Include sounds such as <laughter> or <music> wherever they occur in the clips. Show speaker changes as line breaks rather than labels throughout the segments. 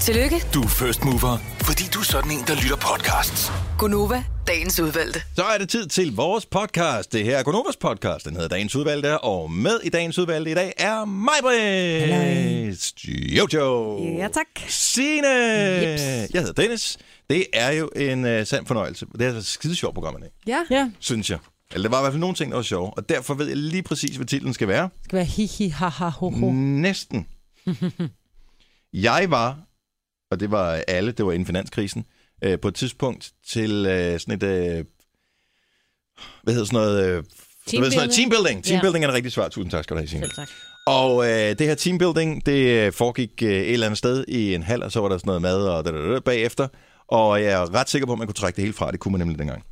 Tillykke,
Du er first mover, fordi du er sådan en, der lytter podcasts.
Gunova, dagens udvalgte.
Så er det tid til vores podcast. Det her er Gonovas podcast. Den hedder Dagens Udvalgte, og med i Dagens Udvalgte i dag er Majbrit, Jojo,
Ja, tak.
Signe, jeg hedder Dennis. Det er jo en uh, sand fornøjelse. Det er et skide sjovt program i dag,
Ja.
Ja,
synes jeg. Eller der var i hvert fald nogle ting, der var sjove, og derfor ved jeg lige præcis, hvad titlen skal være.
det skal være hihi, haha, ho, ho.
Mm. Næsten. jeg var, og det var alle, det var inden finanskrisen, øh, på et tidspunkt til øh, sådan et, øh, hvad hedder sådan noget, øh, teambuilding. Ved, sådan noget teambuilding. Teambuilding er det rigtige svar. Tusind tak skal du have, Signe.
Selv tak.
Og øh, det her teambuilding, det øh, foregik øh, et eller andet sted i en halv, og så var der sådan noget mad og da, da, da, da, bagefter. Og jeg er ret sikker på, at man kunne trække det hele fra. Det kunne man nemlig dengang.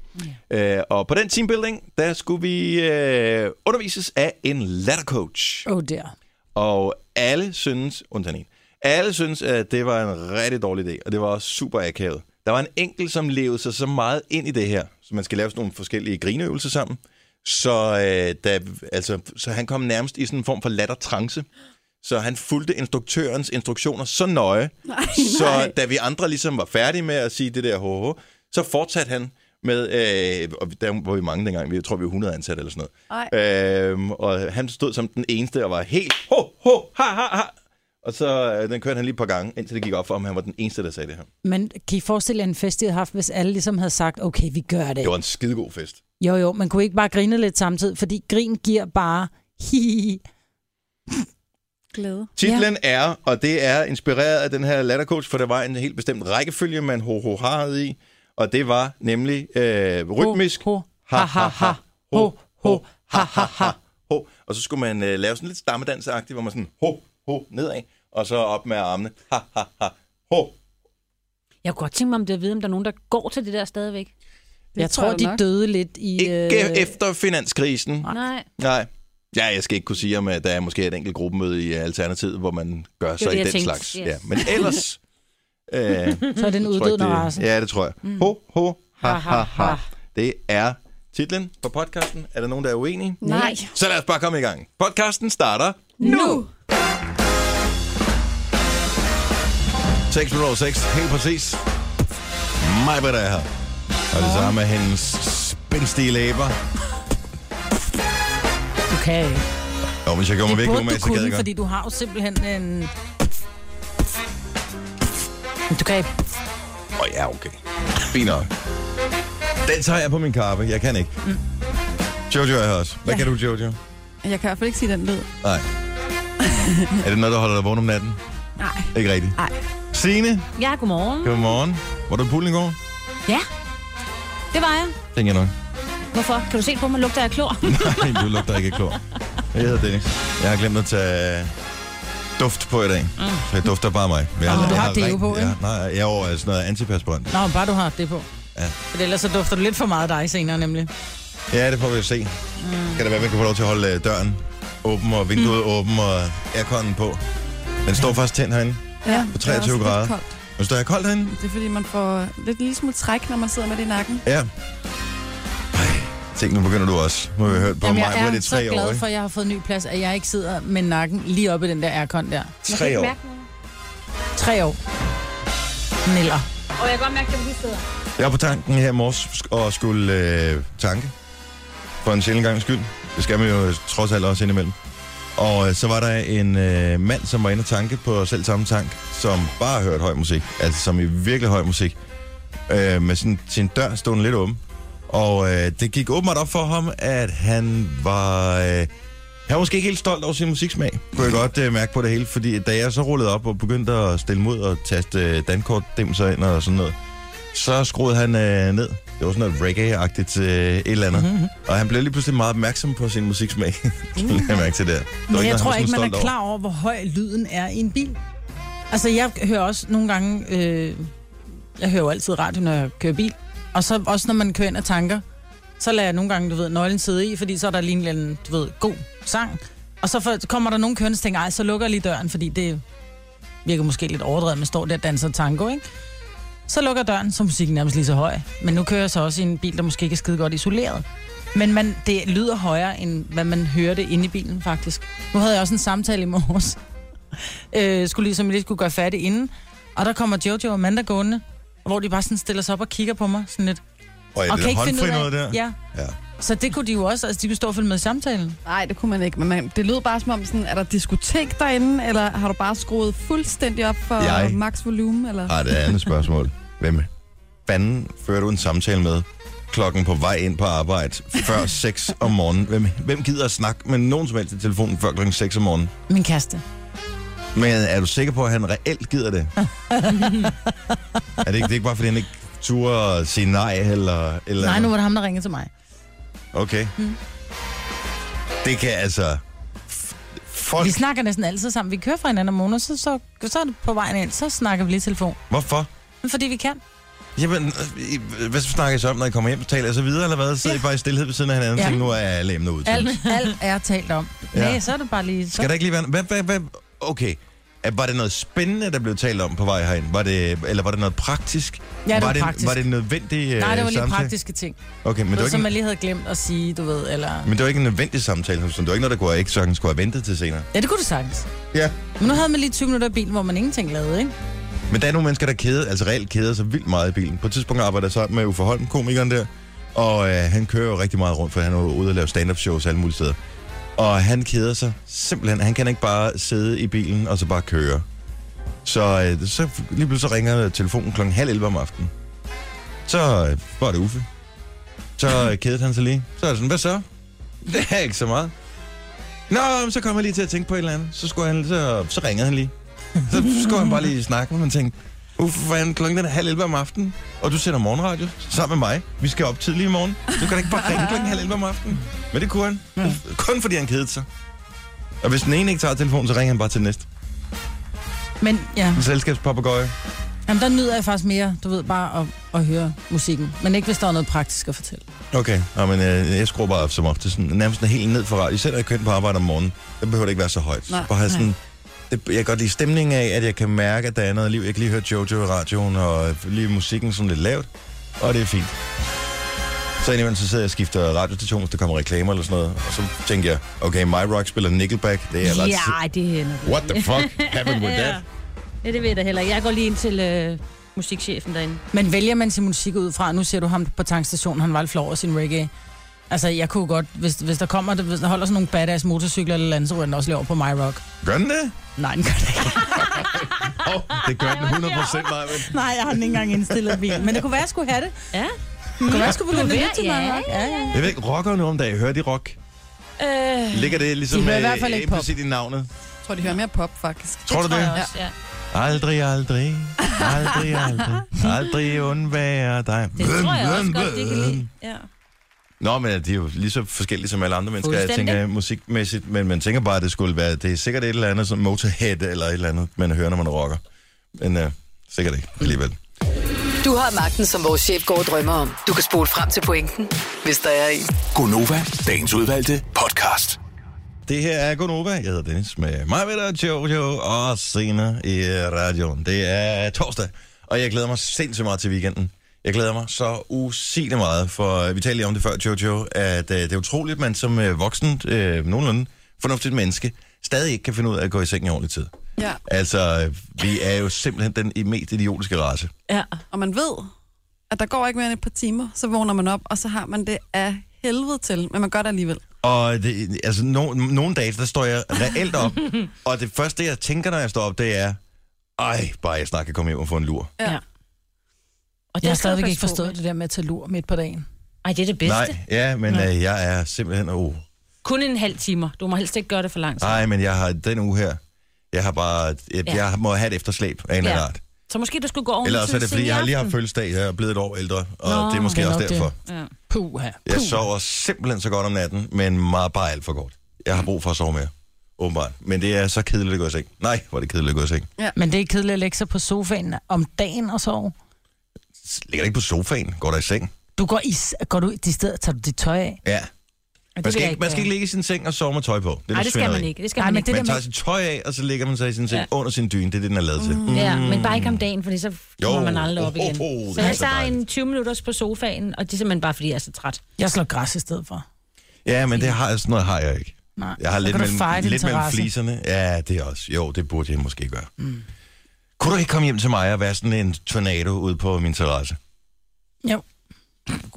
Yeah. Øh, og på den teambuilding, der skulle vi øh, undervises af en lattercoach.
Oh, der.
Og alle synes, undtagen en, alle synes, at det var en rigtig dårlig idé, og det var også super akavet. Der var en enkelt, som levede sig så meget ind i det her, så man skal lave sådan nogle forskellige grineøvelser sammen. Så, øh, da, altså, så han kom nærmest i sådan en form for lattertrance. Så han fulgte instruktørens instruktioner så nøje, nej, så da vi andre ligesom var færdige med at sige det der HH, så fortsatte han med, øh, og der var vi mange dengang, vi tror vi var 100 ansatte eller sådan noget. Øhm, og han stod som den eneste og var helt ho, ho, ha, ha, ha. Og så øh, den kørte han lige et par gange, indtil det gik op for ham, han var den eneste, der sagde det her.
Men kan I forestille jer en fest, I havde haft, hvis alle ligesom havde sagt, okay, vi gør det.
Det var en skidegod fest.
Jo, jo, man kunne ikke bare grine lidt samtidig, fordi grin giver bare hihi.
Glæde.
Titlen ja. er, og det er inspireret af den her lattercoach, for der var en helt bestemt rækkefølge, man ho ho harede i, og det var nemlig øh, rytmisk.
Ho, ho, ha, ha, ha. Ho, ho, ha, ha, ha.
ho. Og så skulle man øh, lave sådan lidt stammedansagtigt, hvor man sådan ho, ho, nedad, og så op med armene. Ha, ha, ha, ho.
Jeg kunne godt tænke mig, om det at vide, om der er nogen, der går til det der stadigvæk.
Jeg tror, de
nok.
døde lidt i...
Ikke øh... efter finanskrisen.
Nej.
Nej. Ja, jeg skal ikke kunne sige, om at der er måske et enkelt gruppemøde i Alternativet, hvor man gør sig
det,
i
jeg
den
tænkte.
slags.
Yes.
Ja, men
<laughs>
ellers... øh, tror jeg ikke,
Så er den Mm. uddødende race.
Ja, det tror jeg. Ho, ho, ha, ha, ha. Det er titlen på podcasten. Er der nogen, der er uenige?
Nej.
Så lad os bare komme i gang. Podcasten starter
Nu!
6 minutter over 6, helt præcis. Mig, hvad der er her. Og det samme med hendes spændstige læber.
Du kan ikke.
Jo, hvis jeg kommer væk nu,
Burde
med,
du
så gad jeg
kunne,
godt.
fordi du har jo simpelthen en... Men Du kan ikke.
Åh oh, ja, okay. Fint nok. Den tager jeg på min kappe. Jeg kan ikke. Mm. Jojo er her også. Hvad ja. kan du, Jojo?
Jeg kan i hvert fald ikke sige den lyd.
Nej. er det noget, der holder dig vågen om natten?
Nej.
Ikke rigtigt.
Nej.
Signe,
Ja, godmorgen.
godmorgen. Var du i poolen i går?
Ja, det var jeg.
Tænker
<laughs>
jeg nok.
Hvorfor? Kan du se på mig, lugter jeg klor?
Nej, du lugter ikke af klor. Jeg hedder Dennis. Jeg har glemt at tage duft på i dag.
Mm.
Så jeg dufter bare mig. Men Jeg,
Ah, du
jeg
har deo
rent-
på, ikke?
jeg, Nej, jeg er over sådan noget antiperspirant.
Nå, men bare du har det på.
Ja.
For ellers så dufter du lidt for meget af dig senere, nemlig.
Ja, det får vi jo se.
Mm.
Kan det være, at man kan få lov til at holde øh, døren åben og vinduet mm. åben og airconen på? Den står faktisk tændt herinde.
Ja,
På 23
det er også
grader.
lidt koldt.
Men står jeg koldt herinde?
Det er fordi, man får lidt lille smule træk, når man sidder med det i nakken.
Ja. Ej, tænk, nu begynder du også. Nu har vi hørt på
Jamen,
mig,
jeg
hvor
er
det er
så
tre år,
glad
ikke?
for, at jeg har fået ny plads, at jeg ikke sidder med nakken lige oppe i den der aircon der.
<laughs>
Tre år.
Tre år. Niller.
Og jeg kan godt mærke, at det sidder.
Jeg var på tanken her i morges og skulle øh, tanke. For en sjældent gang skyld. Det skal man jo øh, trods alt også indimellem. Og øh, så var der en øh, mand, som var inde og tanke på selv samme tank, som bare hørte høj musik. Altså som i virkelig høj musik. Øh, med sin, sin dør stående lidt åben. Og øh, det gik åbenbart op for ham, at han var... Øh, han var måske ikke helt stolt over sin musiksmag, kunne jeg godt øh, mærke på det hele, fordi da jeg så rullede op og begyndte at stille mod og taste øh, dankortdimser ind og sådan noget, så skruede han øh, ned. Det var sådan noget reggae-agtigt øh, et eller andet. Mm-hmm. Og han blev lige pludselig meget opmærksom på sin musiksmag. <laughs> Mm. jeg mærke til det. der. Det var
Men
noget,
jeg
han
tror
var
ikke,
sådan
man
stolt
er klar over, hvor høj lyden er i en bil. Altså, jeg hører også nogle gange... Øh, jeg hører jo altid radio, når jeg kører bil. Og så også, når man kører ind og tanker, så lader jeg nogle gange, du ved, nøglen sidde i, fordi så er der lige en eller anden, du ved, god sang. Og så for, kommer der nogen kørende, der tænker, ej, så lukker jeg lige døren, fordi det virker måske lidt overdrevet, man står der og danser tango, ikke? Så lukker jeg døren, så er musikken nærmest lige så høj. Men nu kører jeg så også i en bil, der måske ikke er skide godt isoleret. Men man, det lyder højere, end hvad man hørte inde i bilen, <laughs> faktisk. Nu havde jeg også en samtale i morges. Øh, skulle ligesom lige skulle gøre færdig inden. Og der kommer Jojo og Amanda gående, hvor de bare sådan stiller sig op og kigger på mig. Sådan lidt.
Og er
og
det der håndfri noget der?
Ja.
Ja.
Så det kunne de jo også, altså de kunne stå og følge med i samtalen.
Nej, det kunne man ikke. Men man, det lød bare som om, sådan, er der diskotek derinde, eller har du bare skruet fuldstændig op for
Jeg-
jeg. max volumen? Eller?
Ej, Ah, det er et andet spørgsmål. Hvem fanden fører du en samtale med klokken på vej ind på arbejde <laughs> før 6 om morgenen? Hvem, hvem gider at snakke med nogen som helst i telefonen før klokken 6 om morgenen?
Min kæreste.
Men er du sikker på, at han reelt gider <laughs> det? er det ikke, det er ikke bare, fordi han ikke turde at sige nej? Eller, eller
Nej, nu var det ham, der ringede til mig.
Okay. Mm. Det kan altså... f- Folk...
Vi snakker næsten altid sammen. Vi kører fra hinanden om morgenen, så, så, så er det på vejen ind, så snakker vi lige i telefon.
Hvorfor?
Men Fordi vi kan.
Jamen, øh, I- hvad snakker I så om, når I kommer hjem? Taler I så videre, eller hvad? Sidder ja. I bare i stillhed ved siden af hinanden? Ja.
Ja.
Tænker, nu er alle emner ud.
Alt,
<laughs>
alt er talt om.
Ja.
Ja. Nej, så er det bare lige... Så.
Skal der ikke lige være... Hvad, hvad, hvad? Okay. Er- Var det noget spændende, der blev talt om på vej herind? Var det, eller var det noget praktisk?
Ja, det var
var det,
praktisk.
Var det en nødvendig øh,
Nej, det var lige
samtale?
praktiske ting.
Okay, men det,
Noget,
var
som
ikke,
man lige havde glemt at sige, du ved, eller...
en, men det var ikke en nødvendig samtale, som sådan. det var ikke noget, der kunne, ikke sagtens skulle have ventet til senere.
Ja, det kunne du sagtens.
Ja.
Men nu havde man lige 20 minutter i bilen, hvor man ingenting lavede, ikke?
Men der er nogle mennesker, der keder, altså reelt keder sig vildt meget i bilen. På et tidspunkt arbejder jeg sammen med Uffe Holm, komikeren der, og øh, han kører jo rigtig meget rundt, for han er jo ude og lave stand-up shows alle mulige steder. Og han keder sig simpelthen. Han kan ikke bare sidde i bilen og så bare køre. Så, øh, så lige pludselig så ringer telefonen klokken halv 11 om aftenen. Så øh, var det Uffe. Så øh, kedede han sig lige. Så er det sådan, hvad så? Det er ikke så meget. Nå, men så kom jeg lige til at tænke på et eller andet. Så, skulle han, så, så ringede han lige. Så skulle han bare lige snakke med mig og tænkte, Uffe, for han klokken den er halv 11 om aftenen, og du sender morgenradio sammen med mig. Vi skal op tidlig i morgen. Du kan da ikke bare ringe klokken halv 11 om aftenen. Men det kunne han. Ja. Kun fordi han kedede sig. Og hvis den ene ikke tager telefonen, så ringer han bare til den næste.
Men ja,
En selskabspapagøje.
Jamen, der nyder jeg faktisk mere, du ved, bare at, at høre musikken. Men ikke, hvis der er noget praktisk at fortælle.
Okay, Nå, men øh, jeg skruer bare op som ofte, sådan, nærmest sådan helt ned for radio. Især når jeg kører ind på arbejde om morgenen, der behøver det ikke være så højt.
Nej,
bare have sådan,
nej.
det, jeg kan godt lide stemningen af, at jeg kan mærke, at der er noget liv. Jeg kan lige høre Jojo i radioen, og øh, lige musikken sådan lidt lavt, og det er fint. Så indimellem så sidder jeg og skifter radiostation, hvis der kommer reklamer eller sådan noget. Og så tænker jeg, okay, My Rock spiller Nickelback. Det er ret...
Ja, ej, det hænder.
What the fuck happened with that?
Ja, det ved jeg da heller ikke. Jeg går lige ind til øh, musikchefen derinde.
Men vælger man sin musik ud fra, nu ser du ham på tankstationen, han var lidt flov over sin reggae. Altså, jeg kunne godt, hvis, hvis der kommer, hvis der holder sådan nogle badass motorcykler eller andet, så ryger den også lige over på My Rock.
Gør den det?
Nej, den gør det ikke.
Oh, det gør den 100% meget, men...
<laughs> Nej, jeg har den ikke engang indstillet bilen. Men det kunne være, jeg skulle have det.
Ja.
Det kunne være, jeg skulle begynde at lytte til
ja,
My Rock. Ja, ja.
Jeg ved ikke, rockere nu om dagen, hører de rock?
Øh,
Ligger det ligesom
De hører i
øh,
hvert fald ikke pop.
implicit i navnet?
Jeg tror, de hører mere pop, faktisk.
Tror du det?
jeg også, ja.
Aldrig, aldrig, aldrig, aldrig, aldrig undvære dig.
Det tror jeg også godt, det kan lide. Ja.
Nå, men de er jo lige så forskellige som alle andre mennesker, jeg
Fuldstændig.
tænker musikmæssigt, men man tænker bare, at det skulle være, det er sikkert et eller andet, som Motorhead eller et eller andet, man hører, når man rocker. Men øh, sikkert ikke alligevel.
Du har magten, som vores chef går og drømmer om. Du kan spole frem til pointen, hvis der er en.
Gonova, dagens udvalgte podcast.
Det her er Gunova. Jeg hedder Dennis med mig, ved dig, Jojo og senere i radioen. Det er torsdag, og jeg glæder mig sindssygt meget til weekenden. Jeg glæder mig så usigeligt meget, for øh, vi talte lige om det før, Jojo, at øh, det er utroligt, at man som øh, voksen, øh, nogenlunde fornuftigt menneske, stadig ikke kan finde ud af at gå i seng i ordentlig tid.
Ja,
Altså, øh, vi er jo simpelthen den i- mest idiotiske race.
ja.
og man ved, at der går ikke mere end et par timer, så vågner man op, og så har man det af helvede til, men man gør det alligevel.
Og det, altså, no, nogle dage, der står jeg reelt op, og det første, jeg tænker, når jeg står op, det er, ej, bare jeg snart kan komme hjem og få en lur.
Ja. Og
Jeg har stadigvæk ikke forstået det der med at tage lur midt på dagen.
Ej, det er det bedste.
Nej, ja, men øh, jeg er simpelthen... Oh.
Kun en halv timer. Du må helst ikke gøre det for langt.
Nej, men jeg har den uge her, jeg har bare... Jeg, ja.
Ja.
jeg må have et efterslæb af en eller
Ja.
anden art.
Så måske du skulle gå over
Eller også er det, fordi jeg har lige haft fødselsdag, jeg er blevet et år ældre, og Nå, det er måske
det er
også
nok
derfor.
det.
Ja.
Puh, her.
Jeg sover simpelthen så godt om natten, men meget bare alt for godt. Jeg har brug for at sove mere, åbenbart. Men det er så kedeligt at gå i seng. Nej, hvor er det kedeligt at gå i seng.
Men det er kedeligt at lægge sig på sofaen om dagen og sove.
Ligger ikke på sofaen, går der i seng.
Du går, i, går du i stedet, tager du dit tøj af?
Ja.
Og
Man
vil
skal,
jeg
ikke, man skal ikke
gøre.
ligge i sin seng og sove med tøj på. Det er
Nej,
lidt
det skal man
svineri.
ikke. Det skal
Nej,
man
men
ikke.
det der
Man tager
med...
sit tøj af, og så ligger man sig i sin seng ja. under sin dyne. Det er det, den er lavet til. Mm.
Ja, men bare ikke om dagen, fordi så kommer man aldrig op igen.
Oh, oh, oh,
så
det er
jeg
så
tager
dejligt.
en 20 minutter på sofaen, og det er simpelthen bare, fordi jeg er så træt. <laughs>
Jeg slår græs i stedet for.
Ja, men det har, sådan noget har jeg ikke.
Nej.
Jeg har
Så
lidt,
kan du
mellem,
feje din
lidt mellem
terrasse.
fliserne. Ja, det er også. Jo, det burde jeg måske gøre. Mm. Kunne du ikke komme hjem til mig og være sådan en tornado ude på min terrasse?
Jo.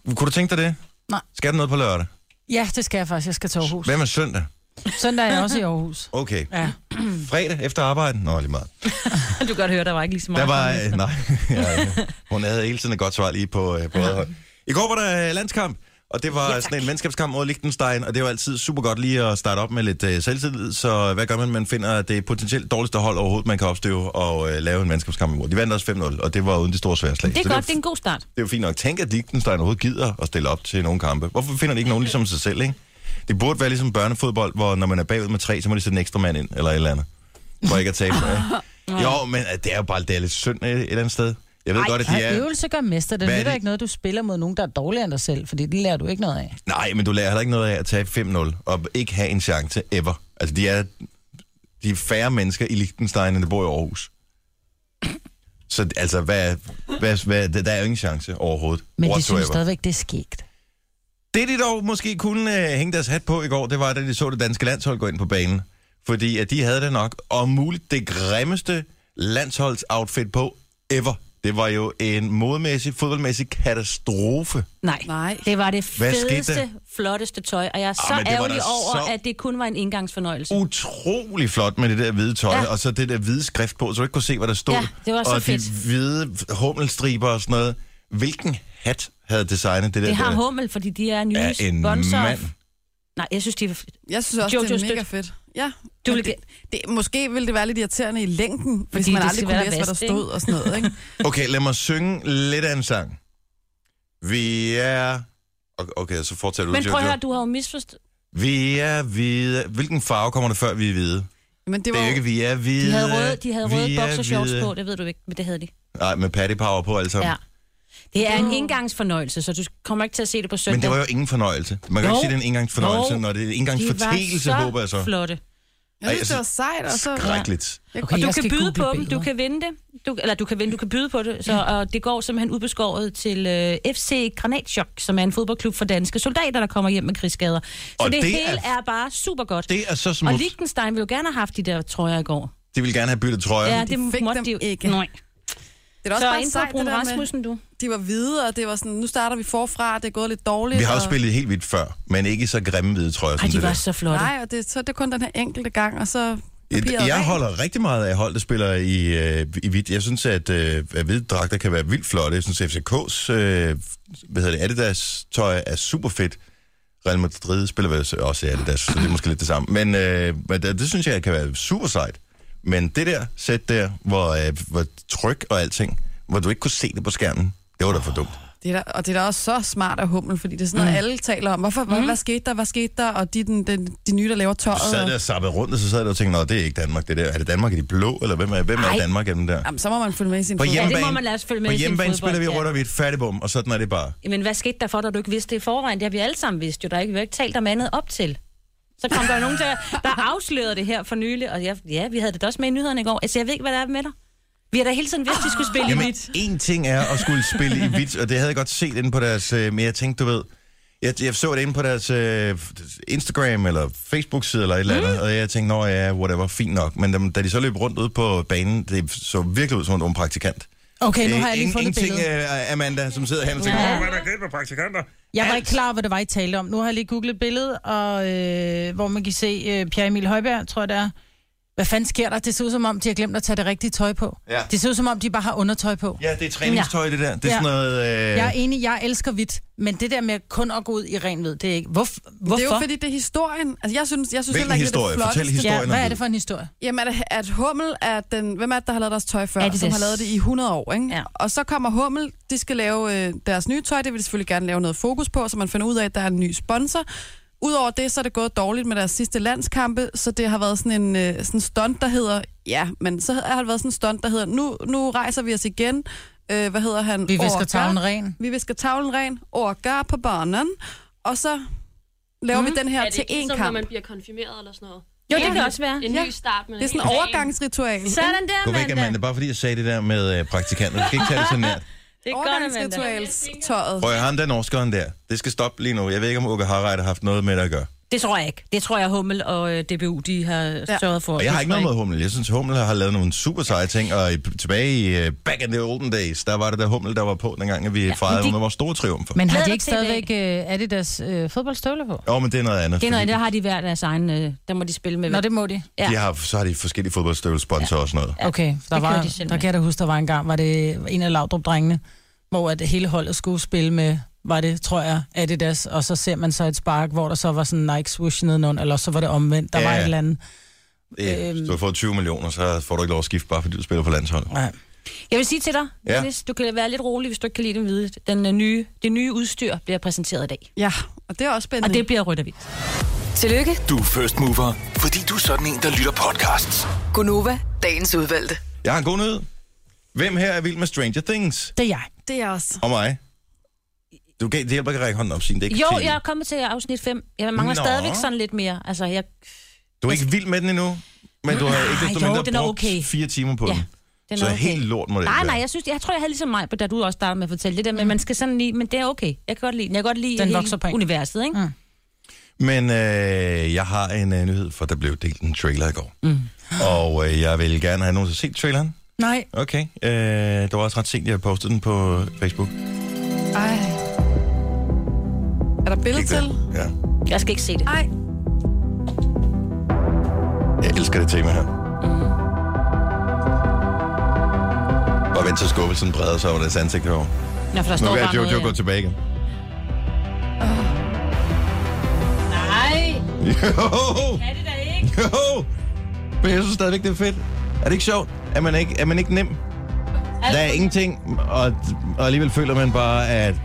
Kunne du tænke dig det?
Nej.
Skal du noget på lørdag?
Ja, det skal jeg faktisk. Jeg skal til Aarhus.
Hvem er søndag?
Søndag er jeg også i Aarhus.
Okay.
Ja.
Fredag efter arbejde? Nå, lige meget.
Du kan godt høre, der var ikke lige så
Der
meget.
var...
at komme
øh,
efter.
Nej, <laughs> ja,
<laughs>
hun havde hele tiden et godt svar lige på, øh, på Rødhøj. I går var der øh, landskamp, og det var ja, sådan en venskabskamp mod Liechtenstein, og det var altid super godt lige at starte op med lidt øh, selvtillid, så hvad gør man? Man finder det potentielt dårligste hold overhovedet, man kan opstøve og øh, lave en venskabskamp imod. De vandt også 5-0, og det var uden det store svære slag.
Det
Så
er godt, det
det, var,
er en god start.
det var fint nok. Tænk, at Liechtenstein overhovedet gider at stille op til nogle kampe. Hvorfor finder de ikke nogen ligesom sig selv, ikke? Det burde være ligesom børnefodbold, hvor når man er bagud med tre, så må de sætte en ekstra mand ind, eller et eller andet. For ikke at tabe med. Jo, men øh, det er jo bare det er lidt synd øh, et eller andet sted. Jeg ved Ej, godt, at de
Ja.
er...
Øvelse gør mester. Det
Hvad er
nytter
det?
ikke noget, du spiller mod nogen, der er dårligere end dig selv, fordi det lærer du ikke noget af.
Nej, men du lærer heller ikke noget af at tabe 5-0 og ikke have en chance ever. Altså, de er, de er færre mennesker i Liechtenstein, end der bor i Aarhus. Så altså, hvad, hvad, hvad, der- der er jo ingen chance overhovedet.
Men de
whatsoever.
synes stadigvæk, det er skægt.
Det, de dog måske kunne øh, hænge deres hat på i går, det var, da de så det danske landshold gå ind på banen. Fordi at de havde det nok, og muligt det grimmeste landsholdsoutfit på ever. Det var jo en modmæssig, fodboldmæssig katastrofe.
Nej.
Nej.
Det var det
Hvad skete der? Ah,
fedeste, flotteste tøj, og jeg er så
men det var
ærgerlig
da
over,
så- Uh,
at det kun var en engangsfornøjelse.
utrolig flot med det der hvide tøj, ja.
Ja.
og så det der hvide skrift på, så du ikke kunne se, hvad der stod.
Ja, det var så
og de
fedt.
hvide hummelstriber og sådan noget. Hvilken hat havde designet det der?
Det har
der?
Hummel, fordi de er nye
Ja, en
sponsor.
mand.
Nej, jeg synes, de er...
Jeg synes også,
Jojo
Jojo det er
Stødt.
mega fedt. Ja,
Du
du
vil
vil det, det, måske ville det være lidt irriterende i længden, Fordi hvis
det
man
skal
aldrig kunne
være
læse, hvad der
vast, ikke?
stod og sådan noget. Ikke?
Okay, lad mig synge lidt af en sang. Vi er... Okay, Okay, så fortsætter du.
Men
Jojo.
prøv at høre, du har jo misforstået.
Vi er hvide. Hvilken farve kommer det før, vi er hvide? Det,
Men det
det
var
er jo ikke, vi er hvide.
De havde røde, de havde
vi
røde
er
boxershorts
hvide.
på, det ved du ikke, men det havde de.
Nej, med Patty Power på alle sammen.
Ja. Det er en engangsfornøjelse, så du kommer ikke til at se det på søndag.
Men det var jo ingen fornøjelse. Man kan jo
Jo.
ikke sige, det er en engangsfornøjelse,
Jo.
når det er en
De var
engangsfortægelse, håber jeg så.
flotte.
Jeg synes,
Ej, altså,
det var sejt. Og så,
Skrækkeligt.
Okay,
Og du
jeg skal
kan byde
google
på dem, du
billeder.
kan vinde det. Du, eller du kan vinde, du kan byde på det. Så, og det går simpelthen ubeskåret til øh, FC Granatchok, som er en fodboldklub for danske soldater, der kommer hjem med krigsskader. Så
Og
og det,
det
det hele
er-
er... er bare super godt.
Det er så
Og
smukt.
Liechtenstein ville jo gerne have haft de der trøjer i går.
De ville gerne have byttet trøjer.
Ja,
Ja.
det
de fik
måtte
dem
de jo
ikke.
Nej.
det er
Så
også bare
ind på
sejt, det
Brun
der med,
Rasmussen, du.
de var hvide, og det var sådan, nu starter vi forfra, det er gået lidt dårligt.
Vi har jo
og,
spillet helt vildt før, men ikke i så grimme hvide trøjer
Ej,
som
de
det
var
der.
så flotte.
Nej, og det, så er det kun den her enkelte gang, og så papiret
Jeg, jeg
rent.
holder rigtig meget af hold, der spiller i, øh, i hvidt. Jeg synes, at, øh, at hvide dragter kan være vildt flotte. Jeg synes, at FCK's øh, hvad hedder det, Adidas tøj er super fedt. Real Madrid spiller vel også i Adidas, så det er måske lidt det samme. Men øh, men det, det synes jeg kan være super sejt. Men det der sæt der, hvor, øh, hvor tryk og alting, hvor du ikke kunne se det på skærmen, det var da for dumt.
Det er der, og det er da også så smart af Hummel, fordi det er
Mm.
sådan noget, alle taler om. Hvorfor, mm. hvad skete der, hvad skete der, og de, den, den, de nye, der laver tøjet.
Du sad der og zappede rundt, og så sad der og tænkte, nej, det er ikke Danmark, det der. Er det Danmark i de blå, eller hvem er, hvem er
Ej.
Danmark i den der?
Jamen, så må man følge med i sin
På
fodbold.
hjemmebane,
man lade os følge med
på
i sin
hjemmebane
fodbold,
spiller vi
ja.
rundt, og vi er et fattigbum, og sådan er det bare.
Men hvad skete der for dig, du ikke vidste det i forvejen? Det har vi alle sammen vidst jo. Der er ikke, vi har ikke talt om andet op til. Så kom der jo nogen, der, der afslørede det her for nylig. Og jeg, ja, vi havde det da også med i nyhederne i går. Altså, jeg ved ikke, hvad der er med dig. Vi har da hele tiden vidst, de skulle spille i
Jamen,
hvidt.
en ting er at skulle spille i hvidt, og det havde jeg godt set inde på deres... Øh, men jeg tænkte, du ved... Jeg, jeg så det inde på deres øh, Instagram eller Facebook-side eller et eller andet, og jeg tænkte, nå ja, whatever, fint nok. Men da, da de så løb rundt ude på banen, det så virkelig ud som en ung praktikant.
Okay, nu har
Øh,
jeg lige
ingen-
fundet
ingenting,
billedet.
øh, Amanda, som sidder her og tænker,
Ja.
ja. hvad er der galt med praktikanter?
Jeg var ikke klar over, hvad det var, I talte om. Nu har jeg lige googlet billedet, og, øh, hvor man kan se øh, Pierre Emil Højbjerg, tror jeg det er. Hvad fanden sker der? Det ser ud som om, de har glemt at tage det rigtige tøj på.
Ja.
Det ser ud som om, de bare har undertøj på.
Ja, det er træningstøj, det der. Det er
Ja.
sådan noget... Øh,
Jeg er enig, jeg elsker hvidt, men det der med kun at gå ud i ren hvid, det er ikke... Hvorf, hvorfor?
Det er jo fordi, det er historien. Altså, jeg synes, jeg synes
Hvilken
heller ikke,
historie?
det er det
Fortæl
flotteste.
historien.
ja, hvad er det for en historie?
Jamen, at, at Hummel er den... Hvem er det, der har lavet deres tøj før?
Adidas.
Som har lavet det i 100 år, ikke?
Ja.
Og så kommer Hummel, de skal lave øh, deres nye tøj. Det vil de selvfølgelig gerne lave noget fokus på, så man finder ud af, at der er en ny sponsor. Udover det, så er det gået dårligt med deres sidste landskampe, så det har været sådan en øh, sådan stunt, der hedder... Ja, men så har det været sådan en stunt, der hedder... Nu, nu rejser vi os igen. Øh, hvad hedder han?
Vi visker
Orga.
tavlen ren.
Vi visker tavlen ren. Orga på banen. Og så laver mm. vi den her
Er det
til
ikke
én
ligesom, når
kamp.
man bliver konfirmeret eller sådan noget?
Jo, det kan også være.
En
Ja.
ny start med
Det er sådan
en
en overgangsritual.
Sådan der,
Gå væk, Amanda,
Amanda.
bare fordi jeg sagde det der med øh, praktikanter. Du skal ikke tage det så nært.
Det er godt, Amanda.
Overgangsritualstøjet.
Prøv at ham der norskeren der. Det skal stoppe lige nu. Jeg ved ikke, om Uke Harreit har haft noget med det at gøre.
Det tror jeg ikke. Det tror jeg, Hummel og øh, DBU, de har ja. sørget for.
Og jeg har
Det
ikke
tror
noget med Hummel. Jeg synes, Hummel har lavet nogle super seje ting, og i, tilbage i uh, back in the olden days, der var det der Hummel, der var på, dengang at vi ja, fejrede
men de-
de... med vores store triumfer. Men...
Men har
Glæder
de
dig
ikke
til i dag.
stadigvæk øh, Adidas øh, fodboldstøvler på?
Jo, men det er noget andet.
Det er noget,
fordi
der har de hver deres egen, øh, der må de spille med.
Nå, det må de.
ja.
De har, så har de forskellige fodboldstøvelsponsorer ja. og sådan noget.
Okay, der,
det
var,
kører
de
de selv
der
med.
kan jeg da huske, der var en gang, var det en af Laudrup-drengene, hvor at hele holdet skulle spille med, var det, tror jeg, Adidas, og så ser man så et spark, hvor der så var sådan en Nike swoosh nedenunder, eller så var det omvendt, der
Ja,
var
ja.
et eller andet.
Øh,
Øhm.
Hvis du har fået 20 millioner, så får du ikke lov at skifte, bare fordi du spiller på landsholdet.
Nej.
Jeg vil sige til dig,
Ja.
ja. Dennis, du kan være lidt rolig, hvis du ikke kan lide den hvide. Den øh, nye, det nye udstyr bliver præsenteret i dag.
Ja, og det er også
Og
spændende.
det bliver rødt og hvidt.
Tillykke,
Du er first mover, fordi du er sådan en, der lytter podcasts.
Gunova, dagens udvalgte.
Jeg har en god nyhed. Hvem her er vild med Stranger Things?
Det er jeg.
det er også.
Og mig. Du kan, det hjælper ikke at række hånden op, Signe. Det er ikke
Jo,
til.
jeg er kommet til afsnit 5. Jeg mangler
Nå.
Nå. stadigvæk sådan lidt mere. Altså, jeg,
Du er ikke vild med den endnu, men du har ikke desto
jo,
mindre
den er
brugt
okay.
fire timer på
Ja,
den.
den
så
er okay.
helt lort må det
Nej,
ikke
nej,
være.
jeg synes, jeg tror, jeg havde ligesom mig, da du også startede med at fortælle det der, men man skal sådan lige, men det er okay. Jeg kan godt lide, jeg kan godt lide
Mm. Den
hele
vokser på en.
universet, ikke? Mm.
Men øh, jeg har en øh, nyhed, for der blev delt en trailer i går. Mm. Og øh, jeg vil gerne have nogen til at se traileren.
Nej.
Okay. Øh, det var også ret sent, jeg postede den på Facebook.
Ej. Er der billede
Ikke
til?
det? Ja.
Mm.
Jeg skal ikke se det.
Ej,
Jeg elsker det tema her.
Mm.
Og vent til skuffelsen breder sig over deres ansigt herovre.
Nå, for der
Nu
står
kan
bare
Jojo
noget,
gå
ja.
tilbage igen.
Nej,
Jo!
er det da ikke?
Jo! Men jeg synes stadigvæk, det er fedt. Er det ikke sjovt? Er man ikke, er man ikke nem? Der er ingenting, og, og alligevel føler man bare, at,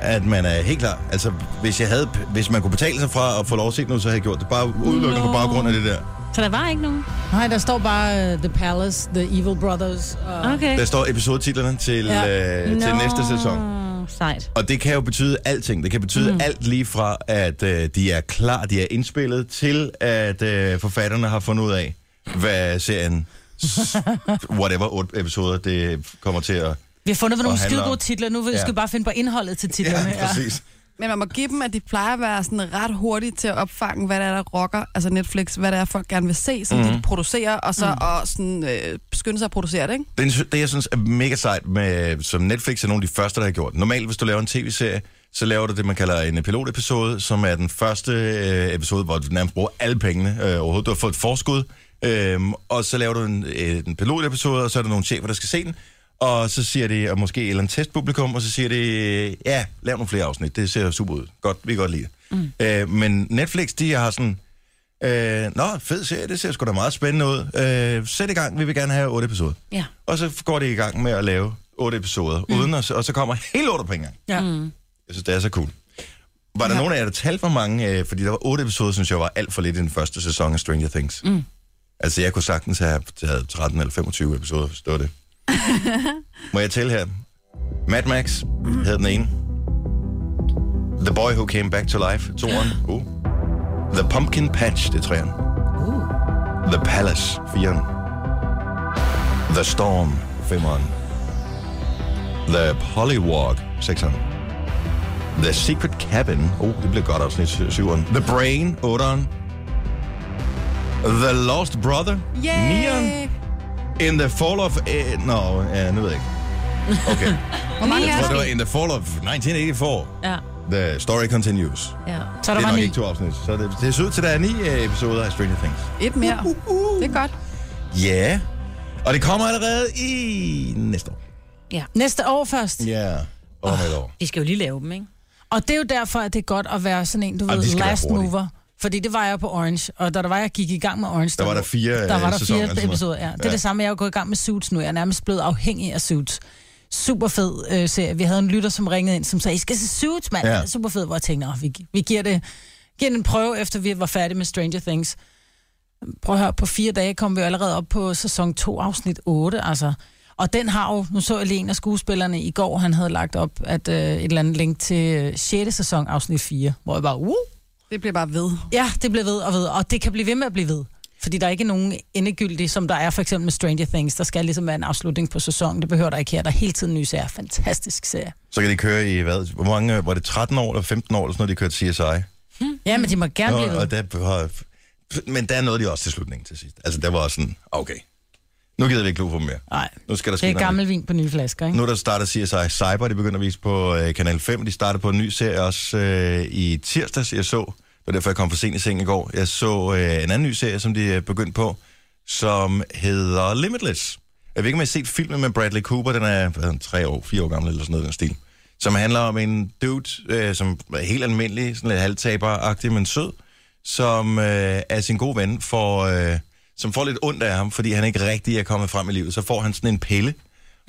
at man er helt klar. Altså, hvis, jeg havde, hvis man kunne betale sig fra at få lov at se noget, så havde jeg gjort det. Bare udelukkende no. på baggrund af det der.
Så der var ikke nogen?
Nej, der står bare uh, The Palace, The Evil Brothers. Og...
Okay.
Der står episodetitlerne til, ja.
Ja.
øh, til
Nå,
næste sæson.
Sejt.
Og det kan jo betyde alting. Det kan betyde mm. alt lige fra, at øh, de er klar, de er indspillet, til at øh, forfatterne har fundet ud af, hvad serien, <laughs> s- whatever otte episoder, det kommer til at...
Vi har fundet på nogle
handler
skide
om.
gode titler, nu
Ja.
ja. skal vi bare finde på indholdet til titlerne.
Ja, <laughs> præcis.
Men man må give dem, at de plejer at være sådan ret hurtige til at opfange, hvad der er, der rocker, altså Netflix, hvad der er, folk gerne vil se, som mm. de producerer, og så mm. og sådan, øh, skynde sig at producere det, ikke?
Det, det, jeg synes er mega sejt, med, som Netflix er nogle af de første, der har gjort. Normalt, hvis du laver en tv-serie, så laver du det, man kalder en pilotepisode, som er den første øh, episode, hvor du nærmest bruger alle pengene øh, overhovedet. Du har fået et forskud, øh, og så laver du en, øh, en pilotepisode, og så er der nogle chefer, der skal se den. Og så siger de, og måske et eller andet testpublikum, og så siger de, øh, ja, lav nogle flere afsnit, det ser super ud. Godt, vi kan godt lide det. Mm. Øh, men Netflix, de har sådan, øh, nå, fed serie, det ser sgu da meget spændende ud. Øh, sæt i gang, vi vil gerne have otte episoder.
Ja.
Og så går det i gang med at lave otte episoder, mm. uden at, og så kommer hele lortet på en gang.
Ja. Mm.
Jeg synes, det er så cool. Var der ja. nogen af jer, der talte for mange? Øh, fordi der var otte episoder, synes jeg var alt for lidt i den første sæson af Stranger Things. Mm. Altså, jeg kunne sagtens have taget 13 eller 25 episoder, hvis det var det. Må jeg tælle her? Mad Max havde den ene. The Boy Who Came Back to Life, toeren. Uh. The Pumpkin Patch, det er træerne. Uh. The Palace, fireren. The Storm, femeren. The Polywalk, sekseren. The Secret Cabin. Oh, det blev et godt afsnit, sy- syveren. The Brain, otteren. The Lost Brother,
Yay!
nieren. In the Fall of... Eh, no, ja, nu ved jeg ikke. Okay.
<laughs> Hvor mange
Jeg
er
tror, det
der?
var In the Fall of 1984.
Ja,
The Story Continues.
ja.
Så der
det er
var
nok
ni.
ikke to afsnit. Så det, det ser ud til, at der er ni øh, episoder af Stranger Things.
Et mere. Det er godt.
Ja. Yeah. Og det kommer allerede i næste år.
Næste år først.
Ja. Yeah. Om et år.
De skal jo lige lave dem, ikke?
Og det er jo derfor, at det er godt at være sådan en, du
Ej, de
ved,
skal være
last
hurtige.
mover. Fordi det var jeg på Orange, og da der var, jeg gik i gang med Orange,
Der var der fire,
der var
øh,
der
sæsoner eller
fire
sådan
episoder.
noget.
Ja. Det er
Ja.
det samme, jeg er jo gået i gang med Suits nu. Jeg er nærmest blevet afhængig af Suits. Super fed øh, serie. Vi havde en lytter, som ringede ind, som sagde, I skal se Suits, mand.
Ja.
Ja. Super fed, hvor jeg tænkte, "Nå, vi, vi giver, det, giver det en prøve, efter vi var færdige med Stranger Things. Prøv at høre, på fire dage kom vi jo allerede op på sæson 2, afsnit 8, altså. Og den har jo, nu så jeg lige en af skuespillerne i går, han havde lagt op at, øh, et eller andet link til øh, 6. sæson, afsnit 4, hvor jeg bare, uh,
Det bliver bare ved.
Ja, det bliver ved og ved, og det kan blive ved med at blive ved. Fordi der er ikke nogen endegyldige, som der er for eksempel med Stranger Things. Der skal ligesom være en afslutning på sæsonen. Det behøver der ikke her. Der er hele tiden nye serier. Fantastisk serie.
Så kan de køre i, hvad? Hvor mange, var det 13 år eller 15 år, eller sådan noget, de kørte CSI?
Ja, men de må gerne blive
Og, og
ved.
der, har- men der nåede de også til slutningen til sidst. Altså, der var sådan, okay, nu gider vi ikke luge på dem mere.
Nej,
Nu skal der ske
det er
noget andet.
gammel vin på nye flasker, ikke?
Nu er der starter CSI Cyber, de begynder at vise på øh, Kanal 5. De starter på en ny serie også øh, i tirsdags, jeg så. Det var derfor, jeg kom for sent i seng i går. Jeg så øh, en anden ny serie, som de er begyndt på, som hedder Limitless. Jeg ved ikke, om jeg har set filmen med Bradley Cooper. Den er hvad, er den, tre år, fire år gammel eller sådan noget i den stil. Som handler om en dude, øh, som er helt almindelig, sådan lidt halvtaber-agtig, men sød, som øh, er sin gode ven, for, øh, som får lidt ondt af ham, fordi han ikke rigtig er kommet frem i livet. Så får han sådan en pille,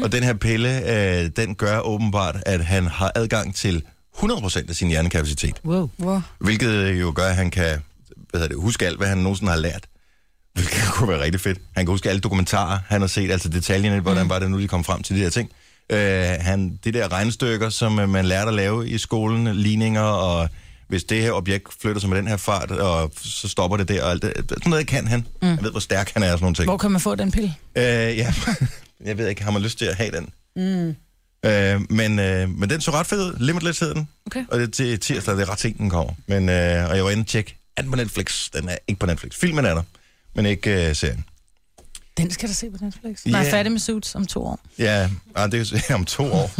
og den her pille, øh, den gør åbenbart, at han har adgang til 100% af sin hjernekapacitet.
Wow.
Wow.
Hvilket jo gør, at han kan hvad hedder det, huske alt, hvad han nogensinde har lært. Hvilket <laughs> kunne være rigtig fedt. Han kan huske alle dokumentarer, han har set, altså detaljerne, hvordan var det nu, de kom frem til de her ting. Øh, han, de der regnestykker, som øh, man lærte at lave i skolen, ligninger, og hvis det her objekt flytter sig med den her fart, og så stopper det der, og alt det. Sådan noget kan han. Mm. Jeg ved, hvor stærk han er, og sådan nogle ting.
Hvor kan man få den pille?
Øh, ja, <laughs> jeg ved ikke, har man lyst til at have den? Mm. Øh, men, øh, men den så ret fed ud, Limitless hed den.
Okay.
Og det er til tirsdag, det er ret sent, den kommer. Men, øh, og jeg var inde og tjekke, er den på Netflix? Den er ikke på Netflix. Filmen er der, men ikke øh, serien.
Den skal du se på Netflix. Nej,
Ja.
Fattig med Suits om to år.
Ja, ah, det er jo <laughs> om to år.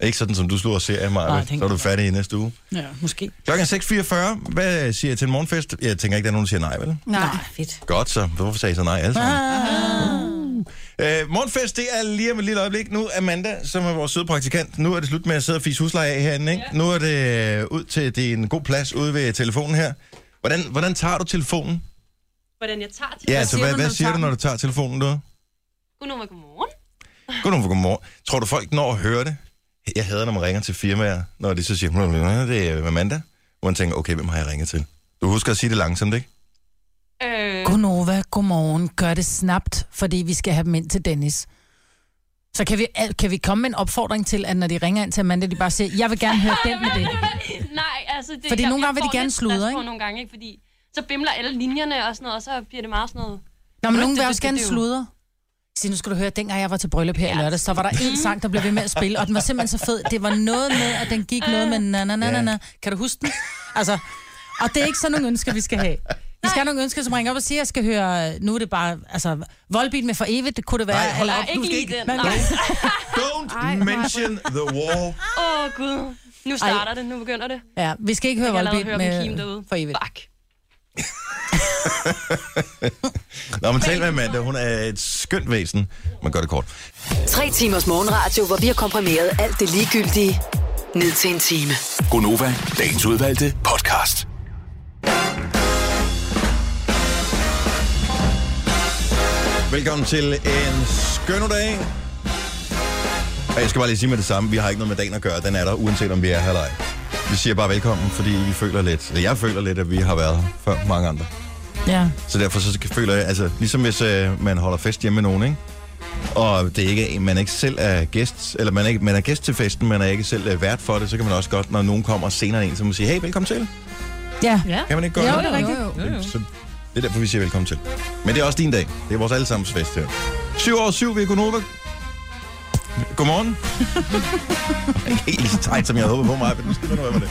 ikke sådan, som du sluger serien,
Nej,
Maja.
den
Så er du færdig i næste uge.
Ja, måske.
Klokken er 6.44. Hvad siger jeg til en morgenfest? Jeg tænker ikke, der er nogen, der siger nej, vel?
Nej.
Ah,
Fedt.
Godt så. Hvorfor sagde I så nej alle sammen? Øh, morgenfest, det er lige om et lille øjeblik. Nu Amanda, som er vores søde praktikant, nu er det slut med at sidde og fise husleje af herinde, ikke? Ja. Nu er det øh, ud til din god plads ude ved telefonen her. Hvordan, hvordan tager du telefonen?
hvordan jeg tager til.
Ja,
Ja.
hvad altså,
siger
hvad, hvad siger
du, når du tager
du, når du tager telefonen, du?
Godnummer, godmorgen.
Godmorgen, godmorgen. Tror du, folk når at høre det? Jeg hader, når man ringer til firmaer, når de så siger, "Nå, det er øh, Amanda. Hvor man tænker, okay, hvem har jeg ringet til? Du husker at sige det langsomt, ikke?
Øh,
Godnova, godmorgen. Gør det snabt, fordi vi skal have dem ind til Dennis. Så kan vi, al- kan vi komme med en opfordring til, at når de ringer ind til Amanda, de bare siger, jeg vil gerne høre den med det.
<laughs> nej, altså... Det,
Fordi nogle gange vil de
får
gerne
lidt
sludre,
stress på
ikke?
nogle gange, ikke? Fordi så bimler alle linjerne og sådan noget, og så bliver det meget sådan noget...
Nå, men nogen
det-
vil
det-
også
det-
gerne
det er jo-
sludre. Så nu skal du høre, dengang jeg var til bryllup her i lørdag, så var der en sang, der blev ved med at spille, og den var simpelthen så fed. Det var noget med, at den gik noget med na na na na, na. Kan du huske den? Altså, og det er ikke sådan nogle ønsker, vi skal have. Vi skal have nogle ønsker, som ringer op og siger, jeg skal høre, nu er det bare, altså, Volbeat med for evigt, det kunne det være.
Nej, hold
eller,
op,
Nej, ikke lige den.
Men-
Nej.
Don't mention the war.
Åh, oh, Gud. Nu starter det, nu begynder det. Jeg
ja, vi skal ikke høre
kan allerede
Volbeat
høre min kim
med
derude.
for evigt.
Fuck.
Nå, men tal med Amanda, hun er et skønt væsen. Man gør det kort.
Tre timers morgenradio, hvor vi har komprimeret alt det ligegyldige ned til en time.
Gonova, dagens udvalgte podcast.
Velkommen til en skøn dag. Og jeg skal bare lige sige med det samme, vi har ikke noget med dagen at gøre, den er der, uanset om vi er her eller ej. Vi siger bare velkommen, fordi vi føler lidt, eller jeg føler lidt, at vi har været her før mange andre.
Ja.
Så derfor så skal- føler jeg, altså ligesom hvis øh, man holder fest hjemme med nogen, ikke? Og det er ikke, man ikke selv er gæst, eller man er, ikke, man er gæst til festen, man er ikke selv øh, vært for det, så kan man også godt, når nogen kommer senere ind, så må man sige, hey, velkommen til.
Ja.
Ja.
Kan man ikke godt?
Jo,
det?
det er rigtigt.
Så det er derfor, vi siger velkommen til. Men det er også din dag. Det er vores allesammens fest her. 7 år 7, vi er Gunova.
<laughs>
Godmorgen. Ikke helt så tight, som jeg havde håbet på mig, men nu skal du nå med det.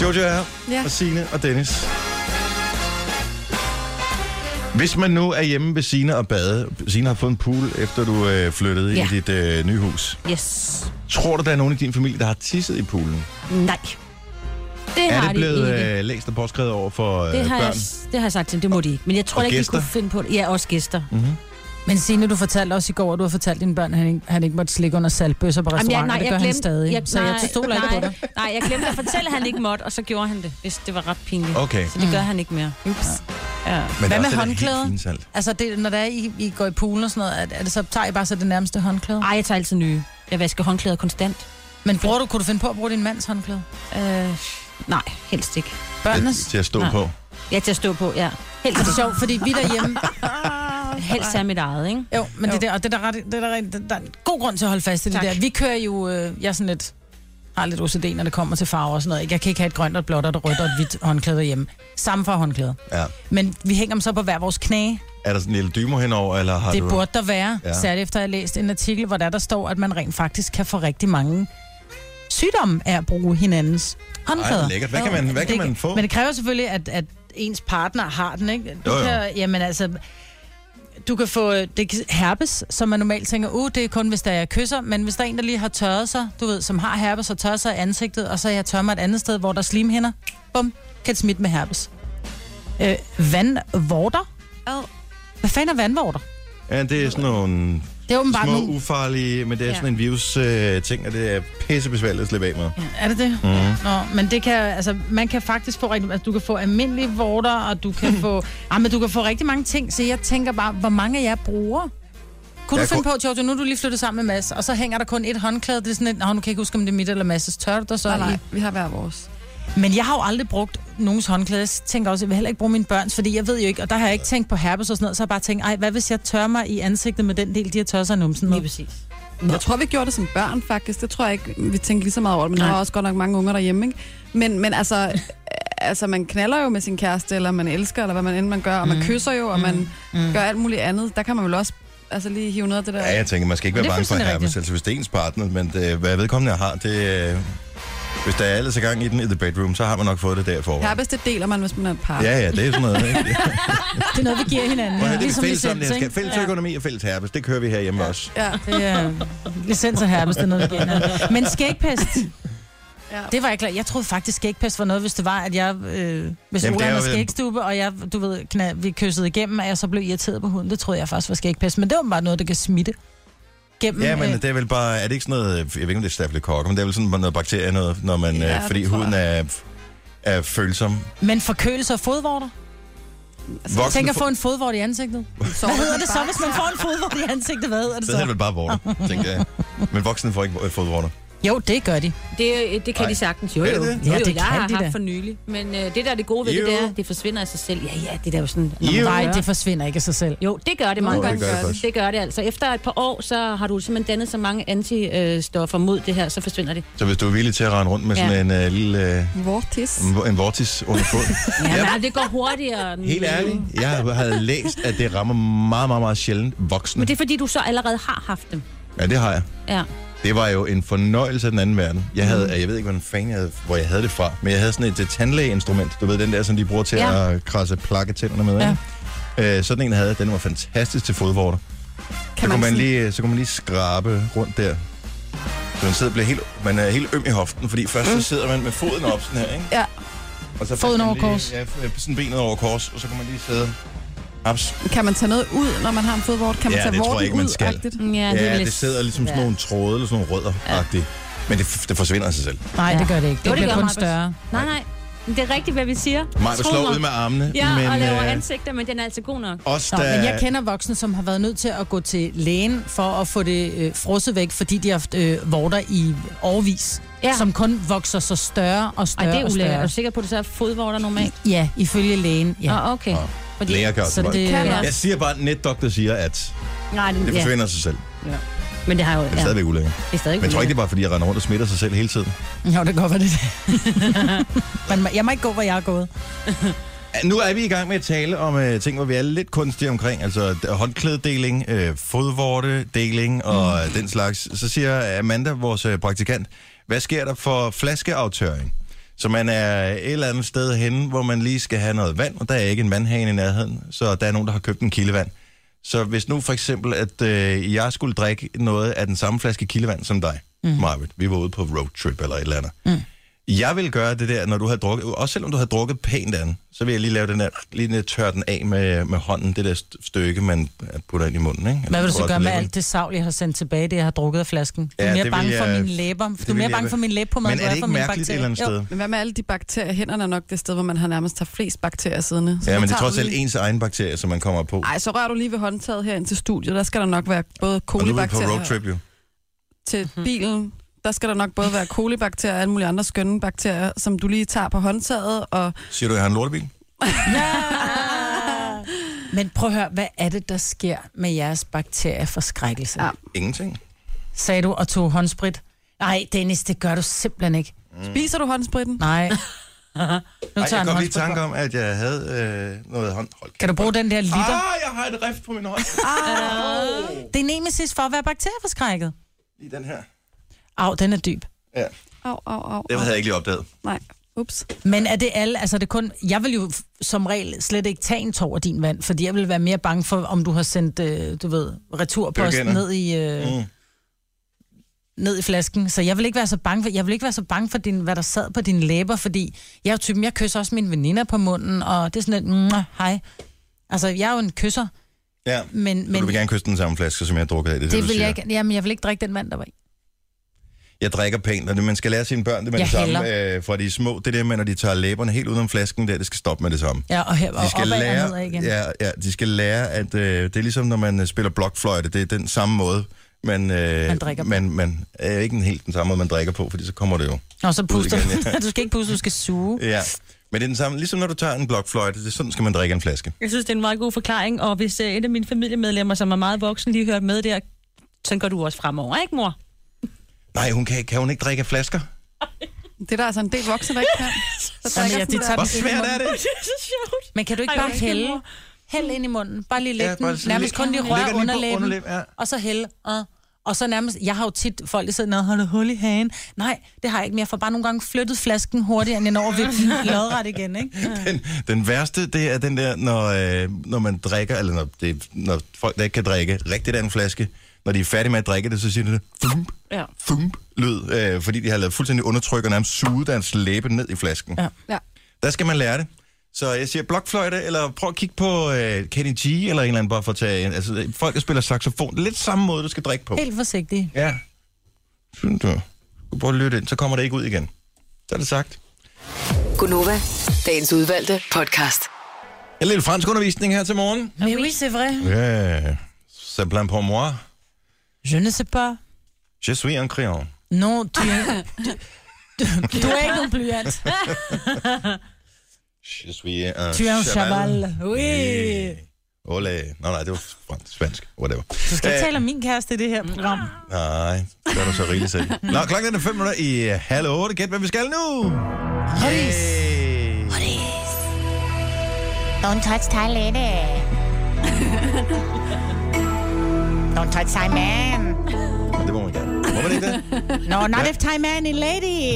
Jojo er her,
Ja.
og Signe og Dennis. Hvis man nu er hjemme ved Signe og bade, Signe har fået en pool, efter du øh, flyttede
Ja.
i dit øh, nye hus.
Yes.
Tror du, der er nogen i din familie, der har tisset i poolen?
Nej. Det
er
har
det blevet
de ikke.
øh, læst og påskrevet over for øh,
Det har, jeg,
børn?
det har jeg sagt til dem, det må de ikke. Men jeg tror
Og
da ikke, de
gæster?
kunne finde på det. Ja, også gæster. Mm.
Men Signe, du fortalte også i går, at du har fortalt dine børn, at han ikke, han ikke måtte slikke under saltbøsser på restauranter.
jeg,
det gør han stadig. så jeg stoler ikke på dig.
dig. Nej, jeg glemte at fortælle, at han ikke måtte, og så gjorde han det, hvis det var ret pinligt.
Okay.
Så det gør han ikke mere. Mm. Ups. Ja.
Men der er
Hvad
også
med
det der helt
håndklæder?
fine salt.
Altså, det, når der er, I, I går i poolen og sådan noget, er, er det så, tager I bare så det nærmeste håndklæde?
Ej, jeg tager altid nye. Jeg vasker håndklæder konstant.
Men bruger du, kunne du finde på at bruge din mands håndklæde?
Øh, nej, helst ikke.
til,
Børnenes?
til at stå
Nej.
på.
Ja, til at stå på, ja. Helst,
Det er sjovt, fordi vi
<laughs>
derhjemme...
helst er mit eget, ikke?
Jo, men det der, og det er der, ret, det er der, rent- der, der er en god grund til at holde fast i det
Tak.
der. Vi kører jo... Øh, jeg er sådan lidt har lidt OCD, når det kommer til farver og sådan noget. ikke? Jeg kan ikke have et grønt og et blåt og et rødt og et hvidt håndklæde derhjemme. Samme for håndklæde.
Ja.
Men vi hænger dem så på hver vores knæ.
Er der sådan en lille dymo henover, eller har
Det
du...
burde der være,
Ja.
ja. særligt efter at jeg har læst en artikel, hvor der, der står, at man rent faktisk kan få rigtig mange sygdomme af at bruge hinandens håndklæder.
Ej, lækkert. Hvad kan man- hvad kan
Det-
man få?
Men det kræver selvfølgelig, at, at ens partner har den, ikke? Du
Jo, jo.
Kan, jamen altså, du kan få øh, det kan- herpes, som man normalt tænker, uh, det er kun, hvis der er kysser, men hvis der er en, der lige har tørret sig, du ved, som har herpes og tørret sig i ansigtet, og så jeg tørrer mig et andet sted, hvor der er slimhinder, bum, kan smitte med herpes. Øh, vandvorter?
Ad.
Hvad fanden er vandvorter?
Ja, det er sådan nogle
Det er åbenbart
små,
nogle...
ufarlige, men det er
Ja.
sådan en virus-ting, øh, ting, og det er pissebesværligt at slippe af med.
Er det
Mhm.
det? Mm. Nå, men det kan, altså, man kan faktisk få rigtig, altså, du kan få almindelige vorter, og du kan
<laughs>
få, ah, men du kan få rigtig mange ting, så jeg tænker bare, hvor mange af jer bruger? Kunne
Jeg
du finde
kunne-
på, Giorgio, nu er du lige flyttet sammen med Mads, og så hænger der kun et håndklæde, det er sådan et, nå, nu kan jeg ikke huske, om det er mit eller Mads' tør du der så
Nej,
i.
nej, vi har hver vores.
Men jeg har jo aldrig brugt nogens håndklæde. Jeg tænker også, jeg vil heller ikke bruge mine børns, fordi jeg ved jo ikke, og der har jeg ikke tænkt på herpes og sådan noget, så har jeg bare tænkt, ej, hvad hvis jeg tørrer mig i ansigtet med den del, de har tørret sig i numsen med?
Lige præcis.
Jeg tror, vi gjorde det som børn, faktisk. Det tror jeg ikke, vi tænkte lige så meget over det, men Nej. der
Nej.
er også godt nok mange unger derhjemme, ikke? Men, men altså, <laughs> øh, altså, man knaller jo med sin kæreste, eller man elsker, eller hvad man end man gør, og man
Mm.
kysser jo, og man gør alt muligt andet. Der kan man vel også altså, lige hive noget af det der.
Ja, jeg tænker, man skal ikke være
Men det er
bange for
fuldstændig
herpes,
rigtigt.
altså hvis det er ens partner, men det, hvad vedkommende har, det øh, Hvis der er ellers gang i den i the bedroom, så har man nok fået det der i forvejen.
Herpes, det deler man, hvis man er et par.
Ja, ja, det er sådan noget, ikke?
<laughs>
Ja.
Det er noget, vi giver hinanden.
Prøv at høre, det er
Ligesom
fælles om det
licens,
her. skal-
ikke?
Fælles økonomi og fælles herpes, det kører vi herhjemme også.
ja.
Det er licens og herpes, det er noget, vi giver hinanden. Men skægpest,
ja.
det var jeg klar. Jeg troede faktisk, skægpest var noget, hvis det var, at jeg... Øh, hvis
Jamen,
Jamen,
det er
Ola havde
jo-
skægstube, og jeg, du ved, knæ, vi kyssede igennem, at jeg så blev irriteret på hunden. Det troede jeg faktisk var skægpest. Men det var bare noget, der kan smitte. Gennem,
Mm.
Ja,
øh,
men det er vel bare, er det ikke sådan noget, jeg ved ikke om det er stafylokokker, men det er vel sådan noget bakterie, noget, når man,
Ja,
ja,
det
fordi
tror Altså,
huden er, er følsom.
men forkølelse og fodvorter?
Voksen
Tænk at
fo-
få en fodvort i ansigtet.
Så
Hvad hedder det så, hvis man får en fodvort i ansigtet? Hvad hedder det
Så hedder det
så?
vel bare vorter, tænker jeg. Men voksne får ikke øh, fodvorter.
Jo, det gør de.
Det, det kan
Ej.
Ej. de sagtens. Jo,
Er
jo.
det
jo,
det?
jo.
Ja, det kan
jeg har
de da.
haft for nylig. Men øh, det der er det gode ved
Jo.
det, det er, det forsvinder af sig selv. Ja, ja, det der er jo sådan... når man
Jo.
Nej,
rører.
det forsvinder ikke af sig selv.
jo, det gør det mange
Nå, det
gange.
gør det
faktisk.
det gør det altså. Efter et par år, så har du simpelthen dannet så mange antistoffer mod det her, så forsvinder det.
Så hvis du er villig til at rende rundt med sådan
Ja.
en øh, lille... øh,
Vortis.
En, en vortis under foden.
Ja, men, det går hurtigere. end-
Helt ærligt, jeg havde læst, at det rammer meget, meget, meget sjældent voksne.
Men det er fordi, du så allerede har haft dem.
Ja, det har jeg.
Ja.
Det var jo en fornøjelse af den anden verden. Jeg havde, jeg ved ikke, hvordan fanden jeg havde, hvor jeg havde det fra, men jeg havde sådan et øh, tandlægeinstrument. Du ved, den der, som de bruger til ja.
Ja.
at krasse plakke tænderne med. Ja. Øh, sådan en havde jeg. Den var fantastisk til fodvorter. Så
Kan
kunne,
man,
man
sådan,
lige, så kunne man lige skrabe rundt der. Så man, sidder, og bliver helt, man er helt øm i hoften, fordi først så sidder man med foden op sådan her, ikke?
Ja.
Og så
Foden
man
over
lige,
kors.
Ja, øh, sådan benet over kors, og så kan man lige sidde. Haps.
kan man tage noget ud, når man har en fodvort? Kan man
Ja,
tage
det tror jeg
vorten
ikke, man
ud?
skal.
agtigt?
Ja, det,
Ja,
er
det sidder ligesom sådan
Ja.
nogle tråde eller sådan nogle rødder-agtigt. Men det, det forsvinder af sig selv.
Nej,
Ja.
det gør det ikke. Det,
Jo,
det
det
bliver
gør
kun
mig.
større.
Nej, nej. Men Det er rigtigt, hvad vi siger.
Maja
Tro
slår
mig.
ud med armene,
Ja,
men
og laver
øh,
ansigter, men den er altså god nok.
os,
Nå,
der...
men jeg kender voksne, som har været nødt til at gå til lægen for at få det øh, frosset væk, fordi de har haft øh, vorter i årvis, ja.
Ja.
som kun vokser så større og
Ej,
større
det er
og
ulækkert. Er
større.
du sikker på, at det så er fodvorter normalt?
Ja, ifølge lægen. Ja.
Ah, okay.
Nå,
Fordi...
Læger gør
Så
det,
det, øh,
Kan
ja.
man.
Jeg siger bare, at netdoktor siger, at
Nej, det,
det
ja.
forsvinder af sig selv. Det
Men det har jo...
er
Ja,
stadigvæk ulækkert.
det er stadig
Men jeg tror ikke, det er bare, fordi jeg render rundt og smitter sig selv hele tiden.
<laughs> Jo, det kan godt være det.
<laughs>
Men man- jeg må ikke gå, hvor jeg er gået.
Nu er vi i gang med at tale om uh, ting, hvor vi er lidt kunstige omkring, altså d- håndklædedeling, øh, fodvortedeling og mm. den slags. Så siger Amanda, vores øh, praktikant, hvad sker der for flaskeaftørring? Så man er et eller andet sted henne, hvor man lige skal have noget vand, og der er ikke en vandhane i nærheden, så der er nogen, der har købt en kildevand. Så hvis nu for eksempel, at øh, jeg skulle drikke noget af den samme flaske kildevand som dig, mm. Marvitt, vi var ude på roadtrip eller et eller andet. Mm. Jeg vil gøre det der, når du har drukket, også selvom du har drukket pænt andet, så vil jeg lige lave den der, lige den der tørre den af med, med hånden, det der st- stykke, man putter ind i munden. Ikke? Eller
Hvad vil du så
putter
gøre
til
med
læberne.
alt det savl, jeg har sendt tilbage, det jeg har drukket af flasken?
Ja,
Du er
det vil
mere bange for
jeg-
mine læber.
det
Du er
vil
mere
jeg-
bange for min læbe på mig,
Men
end du
er det
er
ikke
for mine
mærkeligt et eller
bakterier.
andet sted?
Men hvad med alle de bakterier? Hænderne er nok det sted, hvor man har nærmest har flest bakterier siddende. Så
Ja,
man
men det er
tager
trods
den
alt
lige.
ens egen bakterie, som man kommer på.
Ej, så rører du lige ved håndtaget her ind til studiet. Der skal der nok være både
og du er på
kolibakterier
roadtrip jo.
til
Mhm.
bilen. Der skal der nok både være kolibakterier og alle mulige andre skønne bakterier, som du lige tager på håndtaget. Og
Siger du, at jeg har en lortebil?
<laughs>
<laughs>
Men prøv at høre, hvad er det, der sker med jeres bakterieforskrækkelse?
Ja.
Ingenting.
sagde du, og tog håndsprit. Nej, Dennis, det gør du simpelthen ikke.
spiser du håndspritten?
Nej. nu
Ej, jeg
en
kom lige i
håndsprit
tanke
på.
om, at jeg havde øh, noget hånd. Hold kæft.
Kan du bruge den der liter?
Ah, jeg har et rift på min
<laughs>
hånd.
Det er nemesis for at være bakterieforskrækket.
Lige den her.
Au, den er dyb.
Ja.
Au, au, au.
Det havde jeg ikke lige opdaget.
Mm.
Nej, ups.
Men er det alle, altså er det kun, jeg vil jo f- som regel slet ikke tage en tår af din vand, fordi jeg vil være mere bange for, om du har sendt, øh, du ved, returposten
Bøgerne.
ned i, øh, mm.
Mm.
ned i flasken. Så jeg vil ikke være så bange for, jeg vil ikke være så bange for din, hvad der sad på dine læber, fordi jeg er jo typen, jeg kysser også mine veninder på munden, og det er sådan lidt, mm, hej. Altså, jeg er jo en kysser,
Ja.
men,
Men...
men
Du vil gerne kysse den samme flaske, som jeg har drukket af. Det, er
det
du
vil
siger.
jeg ikke, jamen, jeg vil ikke drikke den vand, der var i.
Jeg drikker pænt, og det, man skal lære sine børn det med
Jeg
det samme. Øh, fra de er små, det der med, når de tager læberne helt udenom flasken, der, det skal stoppe med det samme.
Ja, og her og
De skal,
opad og
lære,
nedad igen.
ja, ja, de skal lære, at øh, det er ligesom, når man øh, spiller blokfløjte. Det er den samme måde, man, øh,
Man drikker på.
man, man er ikke en helt den samme måde, man drikker på, fordi så kommer det jo.
Og så puster
igen,
<laughs> du. du skal ikke puste, du skal suge.
Ja. Men det er den samme, ligesom når du tager en blokfløjte, det er sådan, skal man drikke en flaske.
Jeg synes, det er en meget god forklaring, og hvis øh, et af mine familiemedlemmer, som er meget voksen, lige hørte med der, sådan går du også fremover, ikke mor? <laughs>
Nej, hun kan, ikke- kan hun ikke drikke af flasker?
Det er der altså en del voksne, der ikke
<laughs>
kan. Så
Jamen, ja, de tager
Hvor
den ind i
svært er
munden.
det?
Det er så sjovt.
Men kan du ikke
Ej,
bare
undskyld,
hælde?
mor.
Hæld ind i munden. Bare lige lægge
Ja,
ja,
bare
den.
sådan
Nærmest
læg-
kun lige
lægger den lige
rør
på
underlæben.
underlæb, ja.
Og så hælde. Og, og så nærmest, jeg har jo tit folk, der sidder nede og holder hul i hagen. Nej, det har jeg ikke mere, for bare nogle gange flyttet flasken hurtigere, end jeg når at vippe den lodret igen, ikke?
<laughs> Den, den værste, det er den der, når, øh, når man drikker, eller når, det, når folk, der ikke kan drikke rigtigt af en flaske, når de er færdige med at drikke det, så siger de det, thump,
Ja.
thump, lyd, øh, fordi de har lavet fuldstændig undertryk og nærmest suget deres læbe ned i flasken.
Ja.
Ja.
Der skal man lære det. Så jeg siger blokfløjte, eller prøv at kigge på øh, Kenny G, eller en eller anden, bare for at tage en. Altså, folk, der spiller saxofon, lidt samme måde, du skal drikke på.
Helt forsigtigt.
Ja. Synes du? Du prøver at lytte ind, så kommer det ikke ud igen. Så er det sagt.
Gunova, dagens udvalgte podcast.
En lille fransk undervisning her til morgen.
Mais oui, c'est vrai.
Ja. Ça plaint pour moi.
Je ne sais pas.
Je suis un crayon.
Non, tu, du, du, du er ikke nogen blyant.
Je suis un
Tu er en chaval. Oui.
Ole. Nå, nej, det var fransk, spansk, whatever.
Du skal
Øh,
ikke tale om min kæreste i det her program.
Nej, det er du så rigeligt selv. Nå, klokken er fem minutter i øh, halv otte. Gæt, hvad vi skal nu.
Yes.
Yay.
Don't touch Thai lady. Don't touch Thai man.
Det må man gerne. Må man ikke det?
No, not
Ja.
if Thai man is lady.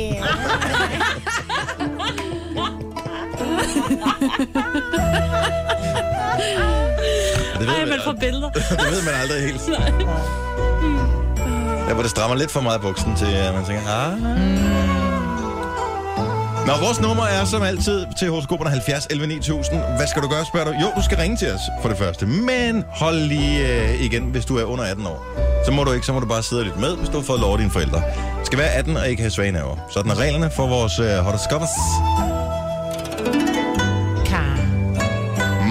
Det ved,
Ej, man får
aldrig.
billeder.
<laughs> det ved man aldrig helt. Der hvor det strammer lidt for meget i buksen til, at man tænker, ah. Nå, vores nummer er som altid til horoskoperne 70 11 9000. Hvad skal du gøre, spørger du? Jo, du skal ringe til os for det første. Men hold lige øh, igen, hvis du er under 18 år. Så må du ikke, så må du bare sidde lidt med, hvis du har fået lov af dine forældre. Du skal være 18 og ikke have svage nerver. Sådan er reglerne for vores øh, horoskopers.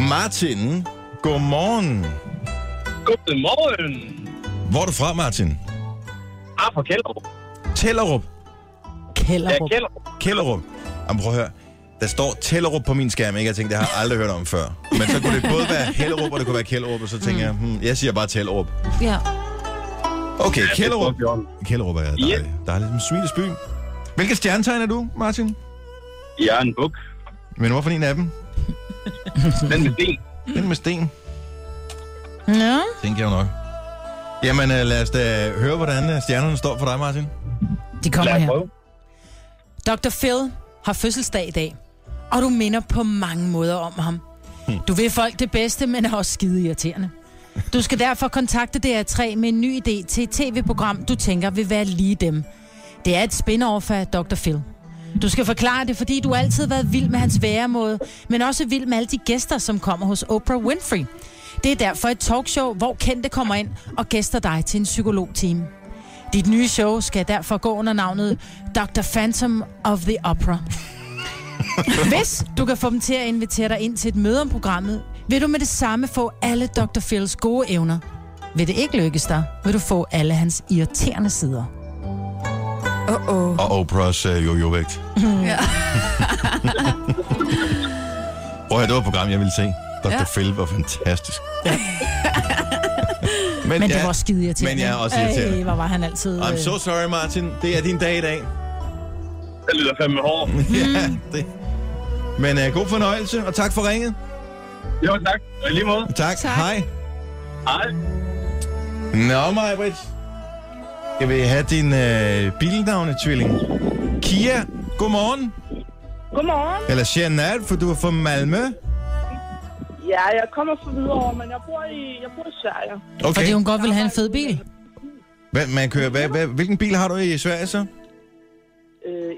Martin, godmorgen.
Godmorgen.
Hvor er du fra, Martin?
Ah, fra Kælderup.
Tellerup.
Ja,
Kælderup.
Kælderup.
Kælderup. Jamen prøv at høre. Der står Tellerup på min skærm, ikke? Jeg tænkte, det har jeg aldrig hørt om før. Men så kunne det både være Hellerup, og det kunne være Kælderup, og så tænker jeg, hmm, jeg siger bare Tellerup.
Ja.
Okay, Kælderup.
Det er Bjørn.
Kælderup er dejligt. Der er lidt en smiles by. Hvilke stjernetegn er du, Martin?
Jeg er en buk.
Men hvorfor en af dem?
Den med sten.
Den med sten,
Nå.
tænker jeg jo nok. Jamen, øh, lad os da høre, hvordan øh, stjernerne står for dig, Martin.
De
Lad
kommer
os
her.
prøve.
Dr. Phil har fødselsdag i dag, og du minder på mange måder om ham. Du vil folk det bedste, men er også skide irriterende. Du skal derfor kontakte DR3 med en ny idé til et tv-program, du tænker vil være lige dem. Det er et spin-off af Dr. Phil. Du skal forklare det, fordi du altid har været vild med hans væremåde, men også vild med alle de gæster, som kommer hos Oprah Winfrey. Det er derfor et talkshow, hvor kendte kommer ind og gæster dig til en psykologtime. Dit nye show skal derfor gå under navnet Dr. Phantom of the
<laughs>
Opera. Hvis du kan få dem til at invitere dig ind til et møde om programmet, vil du med det samme få alle Dr. Phils gode evner. Vil det ikke lykkes dig, vil du få alle hans irriterende sider.
Og Oprahs øh, jojo-vægt.
Ja.
<laughs> Prøv at høre, det var et program, jeg ville se. Dr.
Ja.
Ja. Phil var fantastisk. men,
Men ja, det var skide irriterende.
Men jeg er også irriterende.
Ej, hvor var han altid...
I'm
øh,
so sorry, Martin. Det er din dag i dag.
Den lyder fandme hård.
<laughs> ja, det. Men uh, god fornøjelse, og tak for ringet.
Jo, tak. Og i lige måde.
Tak.
Tak.
Hej.
Hej.
Nå, Majbrit. Skal vi have din øh, bilnavne, tvilling? Kia, godmorgen.
Godmorgen.
Eller Jeanette, for du er fra Malmø.
Ja, jeg kommer fra Hvidovre, men jeg bor i, jeg bor i Sverige.
Okay.
Fordi hun godt vil have en fed bil.
Hvad, man kører, hvad, hvad, hvilken bil har du i Sverige så?
Øh,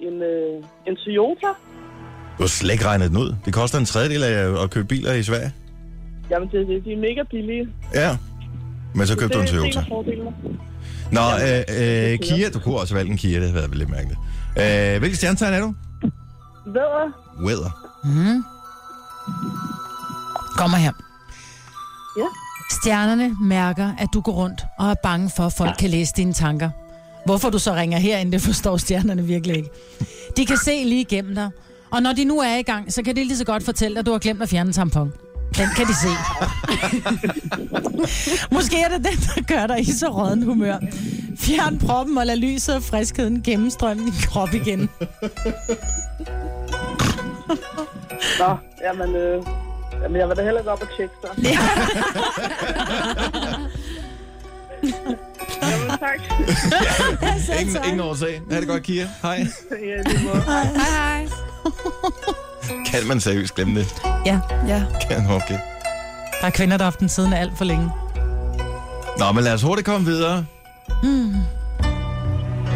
en, øh, en Toyota.
Du har slet ikke regnet den ud. Det koster en tredjedel af at købe biler i Sverige.
Jamen, det, det, de er mega billige.
Ja. Men så købte du en
Det er en
Toyota.
af fordelene.
Nå, øh, øh, Kia, du kunne også have valgt en Kia, det havde været lidt mærkeligt. Øh, hvilket stjernetegn er du?
Vædder.
Weather.
Kommer her.
Ja.
Stjernerne mærker, at du går rundt og er bange for, at folk kan læse dine tanker. Hvorfor du så ringer herind, det forstår stjernerne virkelig ikke. De kan se lige igennem dig. Og når de nu er i gang, så kan de lige så godt fortælle dig, at du har glemt at fjerne en tampon. Den kan de se. Måske er det den, der gør dig i så rådden humør. Fjern proppen og lad lyset og friskheden gennemstrømme din krop igen.
Nå, jamen, øh, jamen, jeg vil da hellere gå op og tjekke så. Ja. jamen, tak.
Ingen, ingen årsag. Ha' det godt, Kia. Hej.
<laughs> Ja, i lige måde.
Hej, hej.
Kan man seriøst glemme det?
Ja,
Ja.
Kan okay.
der er kvinder, der har haft den siden af alt for længe.
Nå, men lad os hurtigt komme videre.
Mm.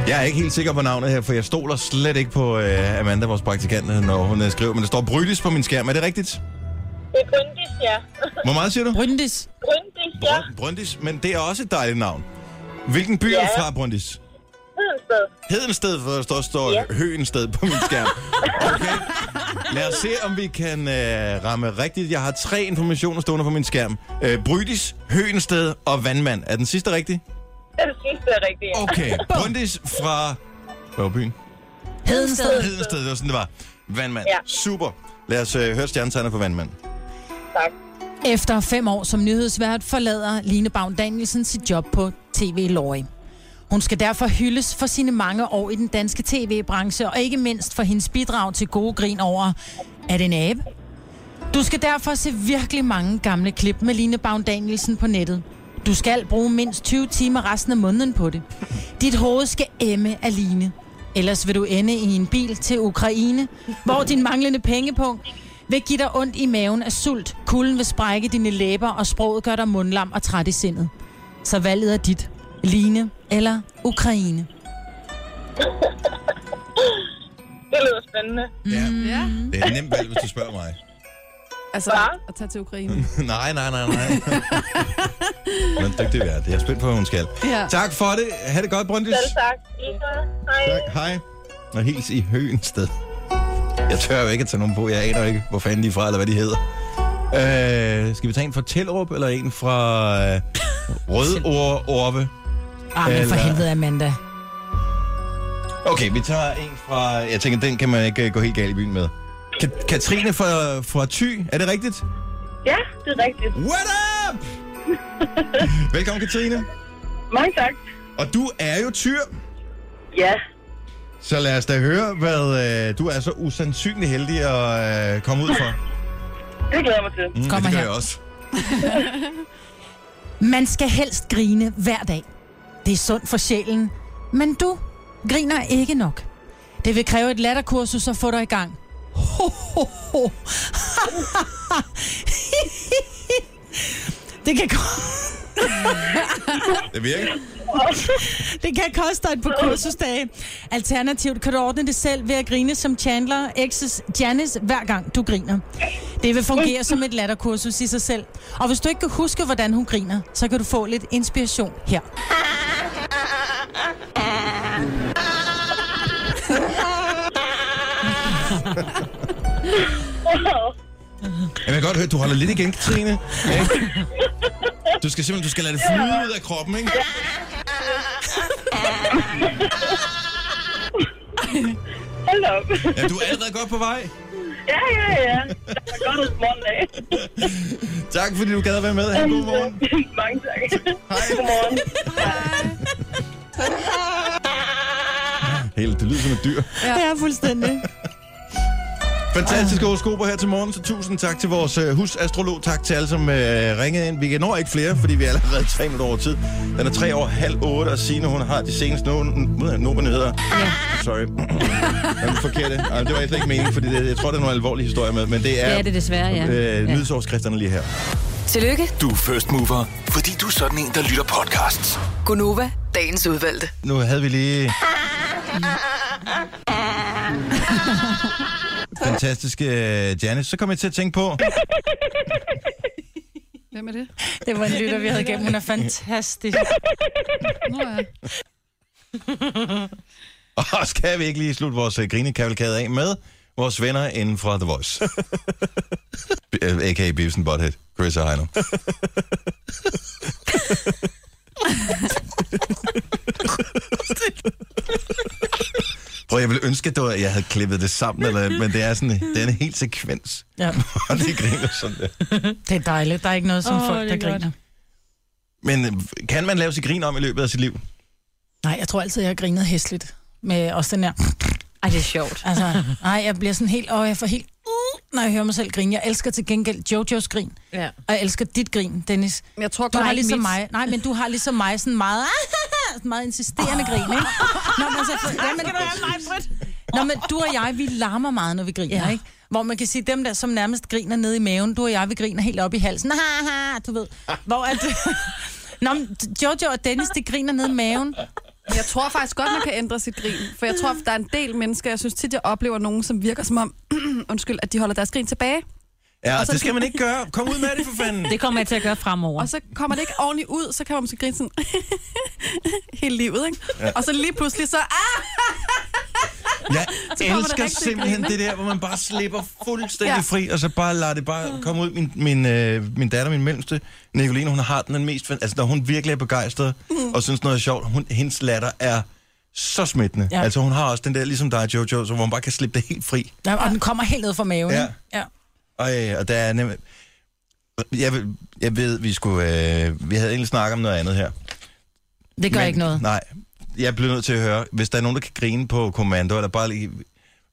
Jeg er ikke helt sikker på navnet her, for jeg stoler slet ikke på øh, Amanda, vores praktikant, når hun øh, skriver. Men der står Brydis på min skærm. Er det rigtigt?
Det er Grundis, ja.
Hvor meget siger du?
Bryndis.
Grundis, ja.
Br- Brøndis, men det er også et dejligt navn. Hvilken by er du
Ja.
fra, Brøndis?
Hedensted.
Hedensted, for der står, står
Ja.
Høensted på min skærm. Okay. Lad os se, om vi kan øh, ramme rigtigt. Jeg har tre informationer stående på min skærm. Øh, Brydis, Høensted og Vandmand. Er den sidste rigtig?
Det er det sidste, er rigtigt. ja. <laughs>
Okay. Brøndis fra... Hvad var byen?
Hedensted.
Hedensted, det var sådan, det var. Vandmand.
Ja.
Super. Lad os øh, høre stjernetegnet på Vandmand.
Tak.
Efter fem år som nyhedsvært forlader Line Baum Danielsen sit job på TV Lorry. Hun skal derfor hyldes for sine mange år i den danske tv-branche, og ikke mindst for hendes bidrag til gode grin over, er det en abe? Du skal derfor se virkelig mange gamle klip med Line Baum Danielsen på nettet. Du skal bruge mindst 20 timer resten af måneden på det. Dit hoved skal emme af Line. Ellers vil du ende i en bil til Ukraine, hvor din manglende pengepunkt vil give dig ondt i maven af sult. Kulden vil sprække dine læber, og sproget gør dig mundlam og træt i sindet. Så valget er dit. Line eller Ukraine.
Det lyder spændende.
Ja,
Ja.
det er nemt valg, hvis du spørger mig.
Altså,
Hva?
at tage til Ukraine.
<laughs> nej, nej, nej,
<laughs>
nej. Men dygtig vært. Jeg er spændt på, hvad hun skal.
Ja.
Tak for det. Ha' det godt, Brøndis.
Selv tak. I så. Hej.
Tak, hej. Og hils i Høensted. Jeg tør jo ikke at tage nogen på. Jeg aner ikke, hvor fanden de er fra, eller hvad de hedder. Øh, skal vi tage en fra Tellerup, eller en fra øh, Rødorve?
Ah, men
Eller-
for helvede, Amanda.
Okay, vi tager en fra... Jeg tænker, den kan man ikke øh, gå helt galt i byen med. Ka- Katrine fra, fra Thy, er det rigtigt?
Ja, det er rigtigt.
What
<laughs>
up? Velkommen, Katrine.
Mange tak.
Og du er jo tyr.
Ja,
Så lad os da høre, hvad øh, du er så usandsynlig heldig at øh, komme ud for.
<laughs> det glæder jeg mig til.
Mm,
Kommer
det gør
her.
jeg også.
Man skal helst grine hver dag. Det er sundt for sjælen, men du griner ikke nok. Det vil kræve et latterkursus at få dig i gang. <laughs> Ho, ho, ho. det, kan, ko-
Det virker.
det kan koste dig et par kursusdage. Alternativt kan du ordne det selv ved at grine som Chandler, X's Janice, hver gang du griner. Det vil fungere som et latterkursus i sig selv. Og hvis du ikke kan huske, hvordan hun griner, så kan du få lidt inspiration her.
Oh,
Jeg kan godt høre, at du holder lidt igen,
<laughs>
Katrine. Ja. Du skal simpelthen du skal lade det flyde ud af kroppen, ikke?
Hold op.
Ja, du er allerede godt på vej.
Ja, ja, ja. Der er godt ud morgen af.
Tak, fordi du gad at være med. Ha' en god morgen.
Mange tak.
Hej.
Godmorgen.
Helt, det lyder som et dyr.
Ja, fuldstændig.
Fantastiske horoskoper her til morgen, så tusind tak til vores øh, husastrolog. Tak til alle, som øh, ringede ind. Vi når ikke flere, fordi vi er allerede tre minutter over tid. Den er tre over halv otte, og Signe, hun har de seneste no- n- nyheder. Ja. Sorry. <clears throat> Jamen, forkerte. Ej, det var slet ikke meningen, fordi det, jeg tror, det er nogle alvorlige historier med, men det er,
Det er det desværre, ja.
øh,
Ja.
nyhedsoverskrifterne lige her.
Tillykke,
Du er first mover, fordi du er sådan en, der lytter podcasts.
Gunova, dagens udvalgte.
Nu havde vi lige... Fantastiske øh, Janice. Så kom jeg til at tænke på... <laughs>
Hvem er det?
Det var en lytter, vi havde igennem. Hun er fantastisk.
Nå ja.
Og skal vi ikke lige slutte vores øh, grinekavalkade af med vores venner inden fra The Voice? <laughs> B- øh, A.k.a. Beavis and Butthead, Chris og Heino. <laughs> Prøv, jeg ville ønske, at det var, jeg havde klippet det sammen, eller, men det er sådan, det er en hel sekvens,
Ja,
og det griner sådan der.
det er dejligt. Der er ikke noget som
Åh,
oh, folk,
det
der
er godt.
griner.
Men øh, kan man lave sig grin om i løbet af sit liv?
Nej, jeg tror altid, jeg har grinet hæsligt med også den her.
Ej, det er sjovt.
Altså, nej, jeg bliver sådan helt, og jeg får helt, uh, når jeg hører mig selv grine. Jeg elsker til gengæld Jojos grin,
Ja.
og jeg elsker dit grin, Dennis.
Men jeg tror
Du
godt,
har
ikke
ligesom
mit.
mig, nej, men du har ligesom mig sådan meget, <laughs> sådan meget insisterende grin, ikke?
<laughs>
Nå, men altså, jamen, Nå, men du og jeg, vi larmer meget, når vi griner, ja.
Ja.
ikke? Hvor man kan sige, dem der, som nærmest griner nede i maven, du og jeg, vi griner helt op i halsen. Ha, ha, du ved. Hvor at... <laughs> Nå, men Jojo og Dennis, de griner nede i maven.
Jeg tror faktisk godt, man kan ændre sit grin. For jeg tror, der er en del mennesker, jeg synes tit, jeg oplever nogen, som virker som om, <clears throat> undskyld, at de holder deres grin tilbage.
Ja,
så-
det skal man ikke gøre. Kom ud med det, for fanden.
Det kommer jeg til at gøre fremover.
Og så kommer det ikke ordentligt ud, så kan man måske grine sådan <laughs> hele livet, ikke? Ja. Og så lige pludselig så, ah,
Jeg
kommer det
elsker
rigtige
simpelthen
grin,
det der, hvor man bare slipper fuldstændig ja.
Ja.
fri, og så bare lader det bare komme ud. Min, min, øh, min datter, min mellemste, Nicoline, hun har den mest... fan- Altså, når hun virkelig er begejstret mm. og synes noget er sjovt, hun, hendes latter er så smittende. Ja.
Ja.
Altså, hun har også den der, ligesom dig, Jojo, så hvor hun bare kan slippe det helt fri.
Nå, og den kommer helt ned fra maven.
Ja.
ikke? ja.
Og, øh, og der er nemlig... Jeg, ved- jeg ved, vi skulle... Øh, vi havde egentlig snakket om noget andet her. Men-
Det gør Men, ikke noget.
Nej, jeg bliver nødt til at høre, hvis der er nogen, der kan grine på kommando, eller bare lige,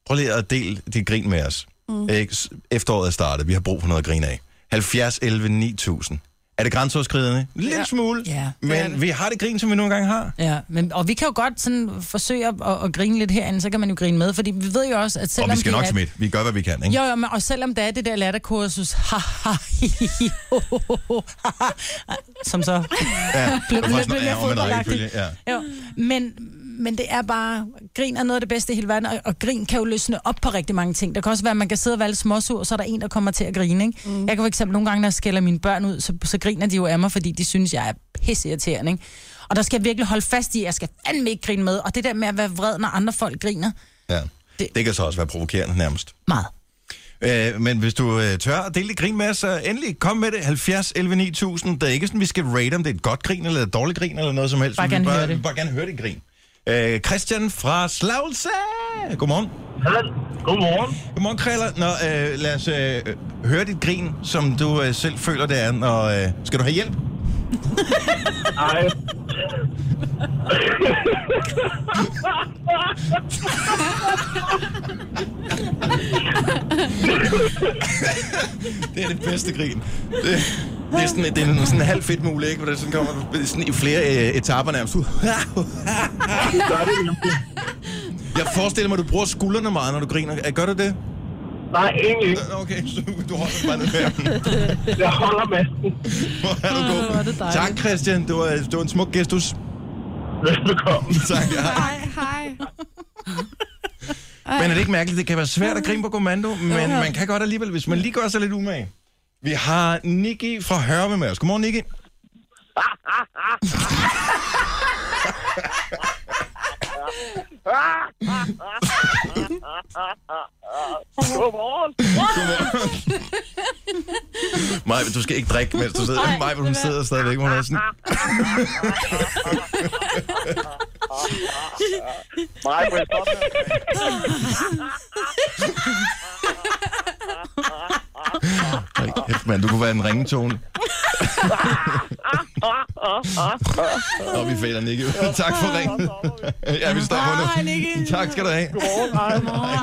prøv lige at dele dit grin med os. Mm. Ikke? S- Efteråret er startet, vi har brug for noget at grine af. 70, 11, 9000. Er det grænseoverskridende? En lille ja. smule,
Ja.
men vi har det grin, som vi nogle gange har.
Ja, men, og vi kan jo godt sådan forsøge at, at, at grine lidt herinde, så kan man jo grine med, fordi vi ved jo også, at selvom
og vi skal
det
nok
er,
smitte. Vi gør, hvad vi kan, ikke?
Jo, jo, men, og selvom det er det der latterkursus, <laughs> ha, ha, hi, hi, ho, ho, ho, ha, ha, som så
Ja,
blev
og faktisk,
lidt mere
ja, om en
fodboldagtigt.
rækkefølge, ja.
Jo, men, men det er bare, grin er noget af det bedste i hele verden, og, og grin kan jo løsne op på rigtig mange ting. Der kan også være, at man kan sidde og være lidt småsur, og så er der en, der kommer til at grine. Ikke? Mm. Jeg kan for eksempel nogle gange, når jeg skælder mine børn ud, så, så griner de jo af mig, fordi de synes, jeg er pisseirriterende. Ikke? Og der skal jeg virkelig holde fast i, at jeg skal fandme ikke grine med. Og det der med at være vred, når andre folk griner,
ja. Det.
Det-
det kan så også være provokerende nærmest.
meget.
Øh, men hvis du øh, tør at dele dit grin med os, så endelig kom med det. 70 11 9000. Det er ikke sådan, vi skal rate, om det er et godt grin eller et dårligt grin eller noget som helst.
Bare
Vi vil
gerne
bare,
høre det.
vi vil bare gerne høre det grin. Øh, Christian fra Slagelse. Godmorgen.
Hej. Godmorgen.
Godmorgen, Kriller. Nå, øh, lad os øh, høre dit grin, som du øh, selv føler, det er. Når, øh, skal du have hjælp?
Hej.
Det er det bedste grin. Det, det er sådan, det er en- sådan en halv fedt mule, ikke? Hvor det sådan kommer sådan i flere øh, etaper nærmest. <laughs> Jeg forestiller mig, at du bruger skuldrene meget, når du griner. Gør du det?
Nej, egentlig ikke.
Okay, så du holder bare ned med
Jeg holder masken.
Hvor er du god. tak, Christian. Det var, det var en smuk gestus. <laughs>
Velbekomme.
Tak, hej.
hej, hej.
Men er det ikke mærkeligt? Det kan være svært at grine på kommando, men man kan godt alligevel, hvis man lige gør sig lidt umage. Vi har Nikki fra Hørve med os. Godmorgen, Nikki.
Godmorgen.
Maja, du skal ikke drikke, mens du sidder. Maja, hun sidder stadigvæk. Hun er sådan,
Nej, må jeg stoppe her?
Ej, kæft, mand, du kunne være en ringetone. Nå, vi fejler Nicky. <laughs> tak for ringen. <laughs> ja, vi stopper nu. Tak skal du have.
Godmorgen, hej.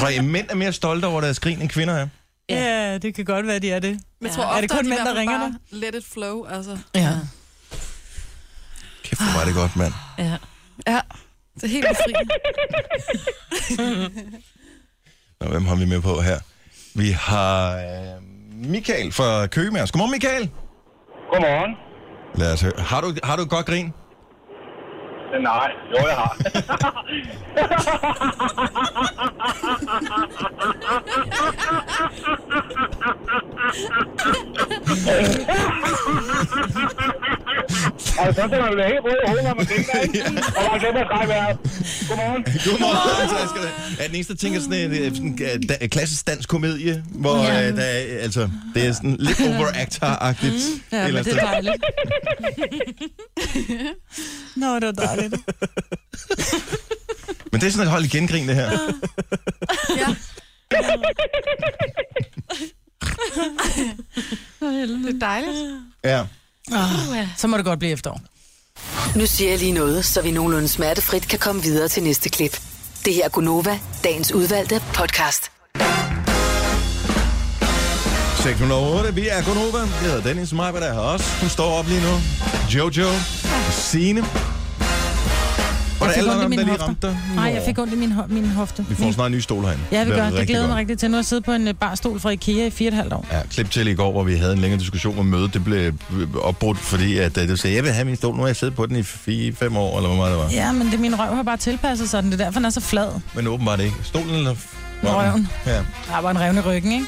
Tror I, mænd er mere stolte over deres grin, end kvinder er?
Ja, det kan godt være, de er det.
Men jeg tror
er
ofte,
det
at
kun
de
mænd,
i hvert
der
fald
ringer
bare
dig?
Let it flow, altså.
Ja.
Kæft, hvor var det godt, mand.
Ja.
Ja, det er helt befriende.
Nå, hvem har vi med på her? Vi har øh, Michael fra Køgemærs. Godmorgen, Michael.
Godmorgen.
Lad os høre. Har du, har du et godt grin?
Nej, jo, jeg har. Altså, så kan man blive helt rød i hovedet, når man tænker, ikke? Og man glemmer at trække vejret. Godmorgen.
<laughs>
Godmorgen. Tak skal du have. Jeg er den eneste, der tænker sådan en, øh, sådan en øh, da- klassisk dansk komedie, hvor ja. øh, der, er, øh, altså, det er sådan
<laughs>
lidt overactor-agtigt. Mm,
Mm-hmm. Ja, men det er dejligt. <laughs> Nå, det var dejligt.
men det er sådan et hold igen grin, det her.
ja. det er dejligt.
Ja.
Så må det godt blive efterår.
Nu siger jeg lige noget, så vi nogenlunde smertefrit kan komme videre til næste klip. Det her er Gunova, dagens udvalgte podcast.
608, vi er Gonova. Jeg hedder Dennis Meiber, der er her også. Hun står op lige nu. Jojo. Signe. Var der
Jeg fik
alle
ondt
om,
i
der
mine
lige
hofter.
ramte dig?
Nej, jeg fik ondt i min, ho- min hofte.
Vi får snart en ny stol herinde.
Ja,
Det
vi gør.
bliver
Det
rigtig
glæder mig
godt.
rigtig til. Nu har jeg siddet på en øh, barstol fra IKEA i fire og et halvt år.
Ja, klip til i går, hvor vi havde en længere diskussion om mødet. Det blev øh, opbrudt, fordi at, øh, du sagde, jeg vil have min stol. Nu har jeg siddet på den i 4-5 år, eller hvor meget det var.
Ja, men det, min røv har bare tilpasset sig den. Det er derfor, den er så flad.
Men åbenbart ikke. Stolen eller... f-
Røven.
Ja.
Der er bare en revne i ryggen, ikke?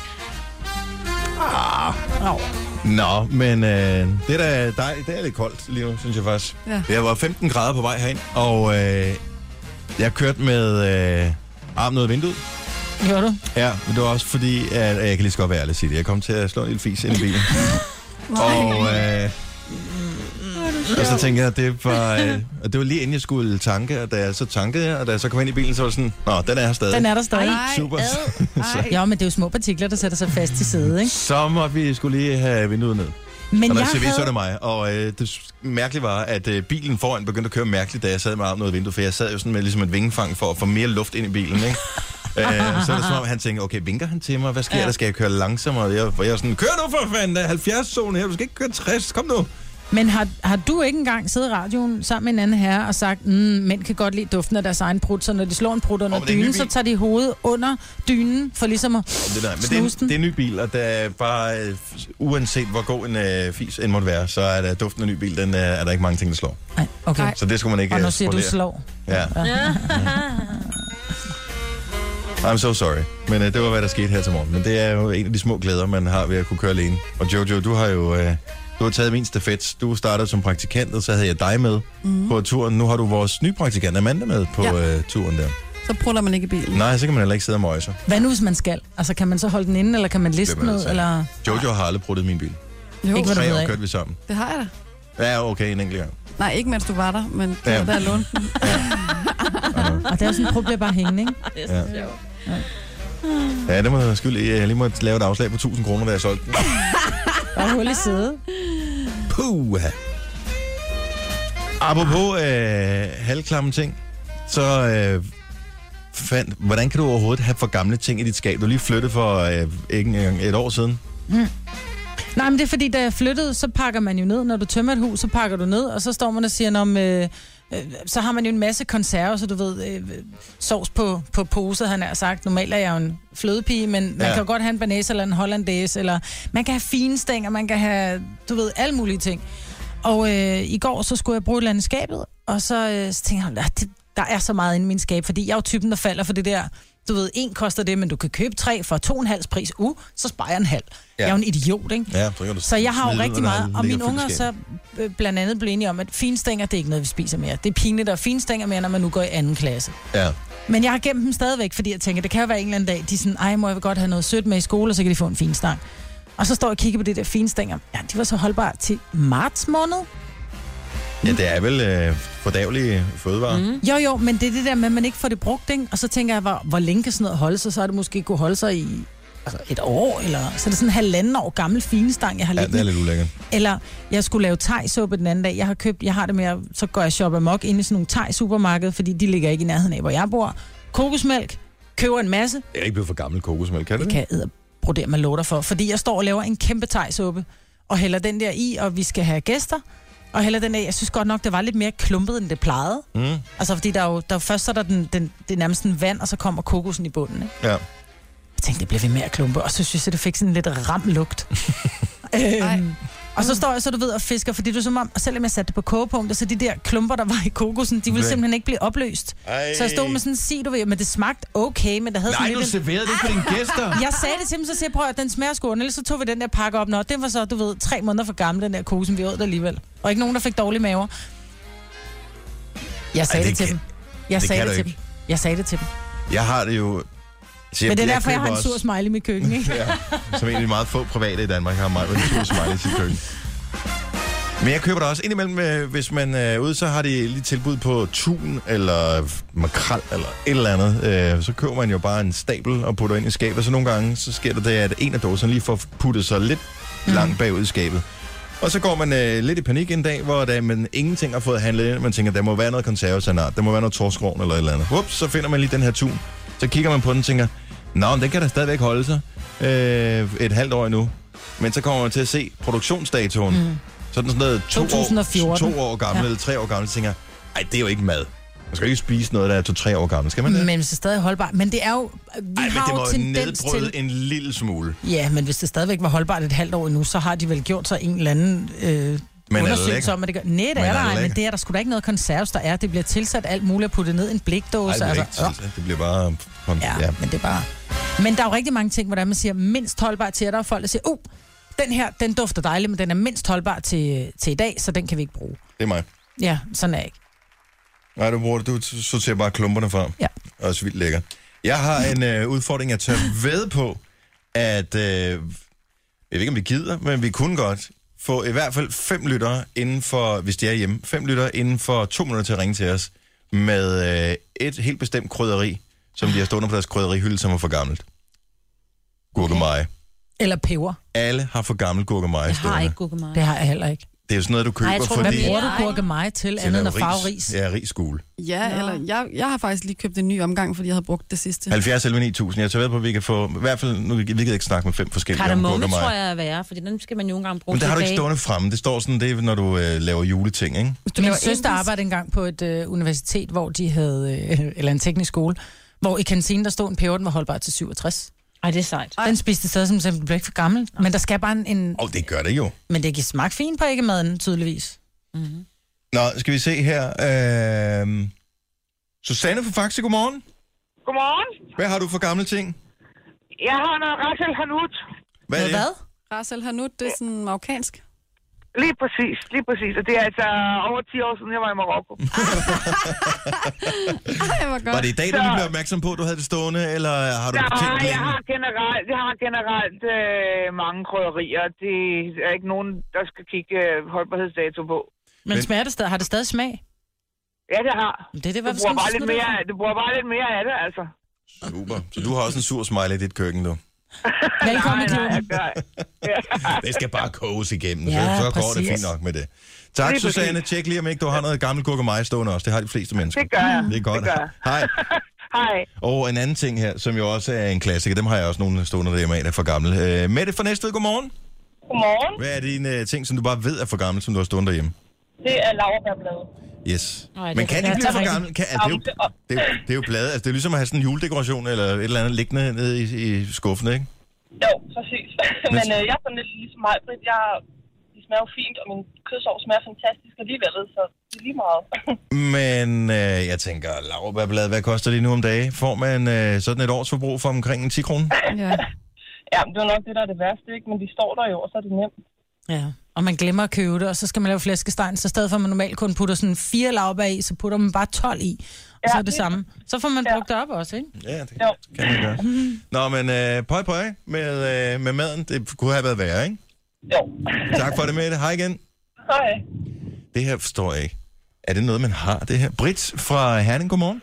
Ah.
Nå, men øh, det, der, der, det er lidt koldt lige nu, synes jeg faktisk.
Ja.
Jeg var 15 grader på vej herind, og øh, jeg kørte med øh, armen ud af vinduet.
Gjorde du?
Ja, men det var også fordi, at, at jeg kan lige så godt være ærlig og sige det. Jeg kom til at slå en lille fis ind i
<laughs>
bilen. og, øh, og så tænkte jeg, at det var,
<laughs>
øh, og det var lige inden jeg skulle tanke, og da jeg så tankede, og da jeg så kom ind i bilen, så var det sådan, nå, den er her stadig.
Den er der stadig.
Ej,
Super. <laughs>
Ej.
Ja, men det er jo små partikler, der sætter sig fast til side, ikke?
Så måtte vi skulle lige have vinduet ned.
Men
og når
jeg
jeg ser havde... så er det
havde...
mig. Og øh, det s- mærkelige var, at øh, bilen foran begyndte at køre mærkeligt, da jeg sad med armen ud af vinduet, for jeg sad jo sådan med ligesom et vingefang for at få mere luft ind i bilen, ikke?
<laughs>
øh, så er det som om, han tænker, okay, vinker han til mig? Hvad sker ja. der? Skal jeg køre langsommere? Jeg, for jeg er sådan, kør nu for fanden, der er 70 zone her, du skal ikke køre 60, kom nu.
Men har, har du ikke engang siddet i radioen sammen med en anden herre og sagt, mm, mænd kan godt lide duften af deres egen prut, så når de slår en prut under
Åh, men det er en ny
dynen, så
bil.
tager de hovedet under dynen for ligesom at...
Det der. Men det er, en,
Snus den.
det er en ny bil, og der er bare, øh, uanset hvor god en øh, fis end måtte være, så er der duften af en ny bil, den øh, er der ikke mange ting, der slår.
Ej, okay.
Nej.
Så det skulle man ikke
Og nu
øh,
siger du
spolere.
slår.
Ja. I'm so sorry. Men uh, det var, hvad der skete her til morgen. Men det er jo en af de små glæder, man har ved at kunne køre alene. Og Jojo, du har jo uh, du har taget min stafet. Du startede som praktikant, og så havde jeg dig med
Mhm.
mm. på turen. Nu har du vores nye praktikant Amanda med på ja.
Ja.
uh, turen der.
Så prutter man ikke i bilen.
Nej, så kan man heller ikke sidde og møjse.
Hvad nu, hvis man skal? Altså, kan man så holde den inde, eller kan man liste
Det er man
noget?
altså
Eller...
Jojo har aldrig pruttet min bil.
Jo,
Ikke hvad du
Tre
ved
år
af.
kørte vi sammen.
det har jeg da.
Ja, okay, en enkelt gang.
Nej, ikke mens du var der, men det
Ja.
var der jeg lånte den.
Og det er jo sådan, at prut bliver bare hængende, ikke?
Ja, det må jeg skyld. i. Jeg lige må lave et afslag på 1000 kroner, da jeg solgte den.
Og hul i sædet.
Puh. Apropos øh, halvklamme ting, så øh, fandt, hvordan kan du overhovedet have for gamle ting i dit skab? Du er lige flyttet for øh, ikke engang et år siden.
Nej, men det er fordi, da jeg flyttede, så pakker man jo ned. Når du tømmer et hus, så pakker du ned, og så står man og siger, om, øh, øh, så har man jo en masse konserver, så du ved, øh, sovs på, på poser, han har sagt. Normalt er jeg jo en flødepige, men man
Ja.
kan jo godt have en banæse eller en hollandaise, eller man kan have fine stænger, man kan have, du ved, alle mulige ting. Og øh, i går, så skulle jeg bruge et eller andet i skabet, og så, øh, så tænkte jeg, "Nå, det, der er så meget inde i min skab, fordi jeg er jo typen, der falder for det der, du ved, en koster det, men du kan købe tre for to og en halv pris. Uh, så sparer jeg en halv.
Ja.
Ja. Jeg er jo en idiot, ikke?
Ja, så, kan du
Så jeg har jo
smide
rigtig
den, når
meget,
den
og
ligger
mine unger
fyldt i
så
skabet.
øh, blandt andet blev enige om, at finstænger, det er ikke noget, vi spiser mere. Det er pinligt, og finstænger mere, når man nu går i anden klasse.
Ja.
Men jeg har gemt dem stadigvæk, fordi jeg tænker, det kan jo være en eller anden dag, de er sådan, ej, må jeg godt have noget sødt med i skole, og så kan de få en finstang. Og så står jeg og kigger på det der finstænger. Ja, de var så holdbare til marts måned.
ja, det er vel øh, fordavlige fødevarer. Mm.
Jo, jo, men det er det der med, at man ikke får det brugt, ikke? Og så tænker jeg, hvor, hvor længe kan sådan noget holde sig? Så er det måske kunne holde sig i altså et år, eller så er det sådan en halvanden år gammel finestang, jeg har
Ja, det er
liggende.
lidt ulækkert.
Eller jeg skulle lave tegsuppe den anden dag. Jeg har købt, jeg har det med, at- så går jeg shopper mok ind i sådan nogle tegsupermarked, fordi de ligger ikke i nærheden af, hvor jeg bor. Kokosmælk, køber en masse,
Jeg er ikke blevet for gammel kokosmælk, kan du
det
det?
kan jeg brodere med låter for, fordi jeg står og laver en kæmpe tegsuppe, og hælder den der i, og vi skal have gæster, og hælder den af. Jeg synes godt nok, det var lidt mere klumpet, end det plejede.
Mm,
Altså, fordi der er jo, der er jo først så er der den, den, det er nærmest en vand, og så kommer kokosen i bunden. Ikke?
ja.
Jeg tænkte, det bliver ved med at klumpe, og så synes jeg, det fik sådan en lidt ram lugt. øhm, og så står jeg så, du ved, og fisker, fordi det er som om, selvom jeg satte det på kogepunktet, så de der klumper, der var i kokosen, de ville
Hvad?
simpelthen ikke blive opløst.
Ej.
Så jeg stod med sådan en sig, du ved, men det smagte okay, men der havde
Nej,
sådan
du
lidt... en- Ah!
serverede det ikke for dine gæster.
Jeg sagde det til dem, så siger jeg, prøv at den smager sgu, ellers så tog vi den der pakke op. Nå, den var så, du ved, tre måneder for gammel, den der kose, som vi åd alligevel. Og ikke nogen, der fik dårlige maver. Jeg sagde
Ej, det
Ej, det, det til
kan-
dem. Jeg
det
sagde
kan
det
du
til
ikke.
dem. Jeg sagde det til dem.
Jeg har det jo... Altså, Så
Men det er derfor, jeg har
køber
en sur
også-
smiley i mit køkken, ikke?
ja, som egentlig meget få private i Danmark har meget med en sur smiley i sit køkken. Men jeg køber der også indimellem, øh, hvis man øh, er ude, så har de lige tilbud på tun eller makrel eller et eller andet. Øh, så køber man jo bare en stabel og putter ind i skabet, så nogle gange så sker der det, at en af dåserne lige får puttet sig lidt mm. langt bagud i skabet. Og så går man øh, lidt i panik en dag, hvor da man ingenting har fået handlet ind. Man tænker, der må være noget konservesanat, der må være noget torskroven eller et eller andet. Ups, så finder man lige den her tun. Så kigger man på den og tænker, nå, men den kan da stadigvæk holde sig øh, et halvt år endnu. Men så kommer man til at se produktionsdatoen. Mm. Så er den sådan noget to, År,
2014.
to år gammel ja.
Ja.
eller tre år gammel, så tænker jeg, ej, det er jo ikke mad. Man skal jo ikke spise noget, der er to-tre år gammel. Skal man det?
Men hvis det er stadig holdbart. Men det er jo... Vi
ej,
Ej,
men
har
det
jo
må jo
tendens
nedbryde
til...
til... en lille smule.
Ja, men hvis det stadigvæk var holdbart et halvt år endnu, så har de vel gjort sig en eller anden øh,
Men er det
undersøgelse
lækker?
om, at det gør... Nej, det
Men
er
er
der,
det
ej, men
lækker?
det er der sgu da ikke noget konserves, der er. Det bliver tilsat alt muligt at putte ned i en
Ej,
blikdåse.
det,
altså,
altså, ikke,
åh.
altså, det bliver bare...
Ja,
ja.
ja, men det er bare... Men der er jo rigtig mange ting, hvordan man siger mindst holdbar til, og der er folk, der siger, uh, den her, den dufter dejligt, men den er mindst holdbar til, til i dag, så den kan vi ikke bruge.
Det er mig.
Ja, sådan er jeg ikke.
Nej, du bruger det. Du t- sorterer bare klumperne fra.
Ja.
Også vildt lækker. Jeg har en øh, udfordring, jeg tør ved på, at... Øh, jeg ved ikke, om vi gider, men vi kunne godt få i hvert fald fem lyttere inden for, hvis de er hjemme, fem lyttere inden for to minutter til at ringe til os med øh, et helt bestemt krydderi, som de har stående på deres krydderihylde, som er for gammelt. Gurkemeje. Okay.
Eller peber.
Alle har for gammel gurkemeje
Jeg har
stående.
ikke gurkemeje.
Det har jeg heller ikke.
Det er jo sådan noget, du køber,
Ej, jeg tror,
Hvad
fordi...
bruger du
Ej.
gurkemeje til,
at
andet end at
lave
farve ris?
Ja, risgule.
Ja, Nå. eller jeg, jeg har faktisk lige købt en ny omgang, fordi jeg havde brugt det sidste.
70 11 9000. Jeg tager ved på, at vi kan få... I hvert fald, nu vi gider ikke snakke med fem forskellige
Kardemomme
gurkemeje.
tror jeg er værre, fordi den skal man jo engang bruge
Men der har du ikke
til at bage.
stående fremme. Det står sådan, det er, når du øh, laver juleting, ikke?
Hvis
Min
laver
søster
indisk-
arbejdede engang på et øh, universitet, hvor de havde, øh, eller en teknisk skole, hvor i kantinen der stod en peber, den var holdbar til 67.
Ej, det er sejt.
Den spiste stadig som simpelthen blev ikke for gammel. Men der skal bare en, en
Og det gør det jo.
men det kan smage fint på ikke maden, tydeligvis.
Nå, skal vi se her. Øh... Susanne fra Faxe, godmorgen.
Godmorgen.
Hvad har du for gamle ting?
Jeg har noget Rachel Hanut.
Hvad
Med hvad?
Rasel Hanout, det er sådan marokkansk.
Lige præcis, lige præcis. Og det er altså over 10 år siden, jeg var i Marokko.
Ej, hvor godt.
Var det i dag, du lige blev opmærksom på, at du havde det stående, eller har du
Jeg har,
tænkt
jeg har generelt, jeg har generelt øh, mange krydderier. Det er ikke nogen, der skal kigge øh, holdbarhedsdato på.
Men,
Men-
men smager det stadig? Har det stadig smag?
Ja, det har.
Det er det,
Du
hvorfor
bruger,
skal man
bare
så
lidt
smide det
mere,
ud?
du bruger bare lidt mere af det, altså.
Super. Så du har også en sur smiley i dit køkken, du.
Velkommen i klubben.
Ja,
Det skal bare koges igennem, ja,
Ja,
så, så går det
præcis.
fint nok med det. Tak,
Lige
Susanne. Tjek lige, om ikke du har noget gammelt gurkemeje stående også. Det har de fleste mennesker.
det gør jeg.
<laughs> Det er godt.
Det gør jeg.
Hej.
<laughs> Hej.
Og en anden ting her, som jo også er en klassiker, dem har jeg også nogle stående derhjemme af, der er for gamle. Øh, Mette fra Næstved, godmorgen.
Godmorgen.
Hvad er dine øh, ting, som du bare ved er for gammel, som du har stående derhjemme?
Det er laurbærblade.
Yes.
Nej, det
Men
er
kan det ikke blive
rigtigt. Ja,
for
det er
gammel? Kan, altså, det, er jo, det, er jo, det er jo blade. Altså, det er jo ligesom at have sådan en juledekoration eller et eller andet liggende nede i, i skuffen, ikke?
Jo, præcis. <laughs> Men øh, jeg er sådan lidt ligesom mig, Britt. Jeg, de smager jo fint, og min kødsov smager fantastisk alligevel, så det er lige meget. <laughs>
Men øh, jeg tænker, laurbærblad, hvad koster det nu om dagen? Får man øh, sådan et års forbrug for omkring en 10 kroner?
Ja.
ja, men det er nok det, der er det værste, ikke? Men de står der jo, og så er det nemt.
Ja, og man glemmer at købe det, og så skal man lave flæskestegen, så i stedet for at man normalt kun putter sådan fire laurbær i, så putter man bare 12 i, og så
Ja,
er det
det-
samme. Så får man brugt det op også, ikke?
Ja, det
Jo.
kan man gøre. Nå, men øh, pøj pøj med, øh, med maden. Det kunne have været værre, ikke?
<laughs>
Jo.
Tak for det, Mette. Hej igen.
Hej.
Det her forstår jeg ikke. Er det noget, man har, det her? Britt fra Herning, godmorgen.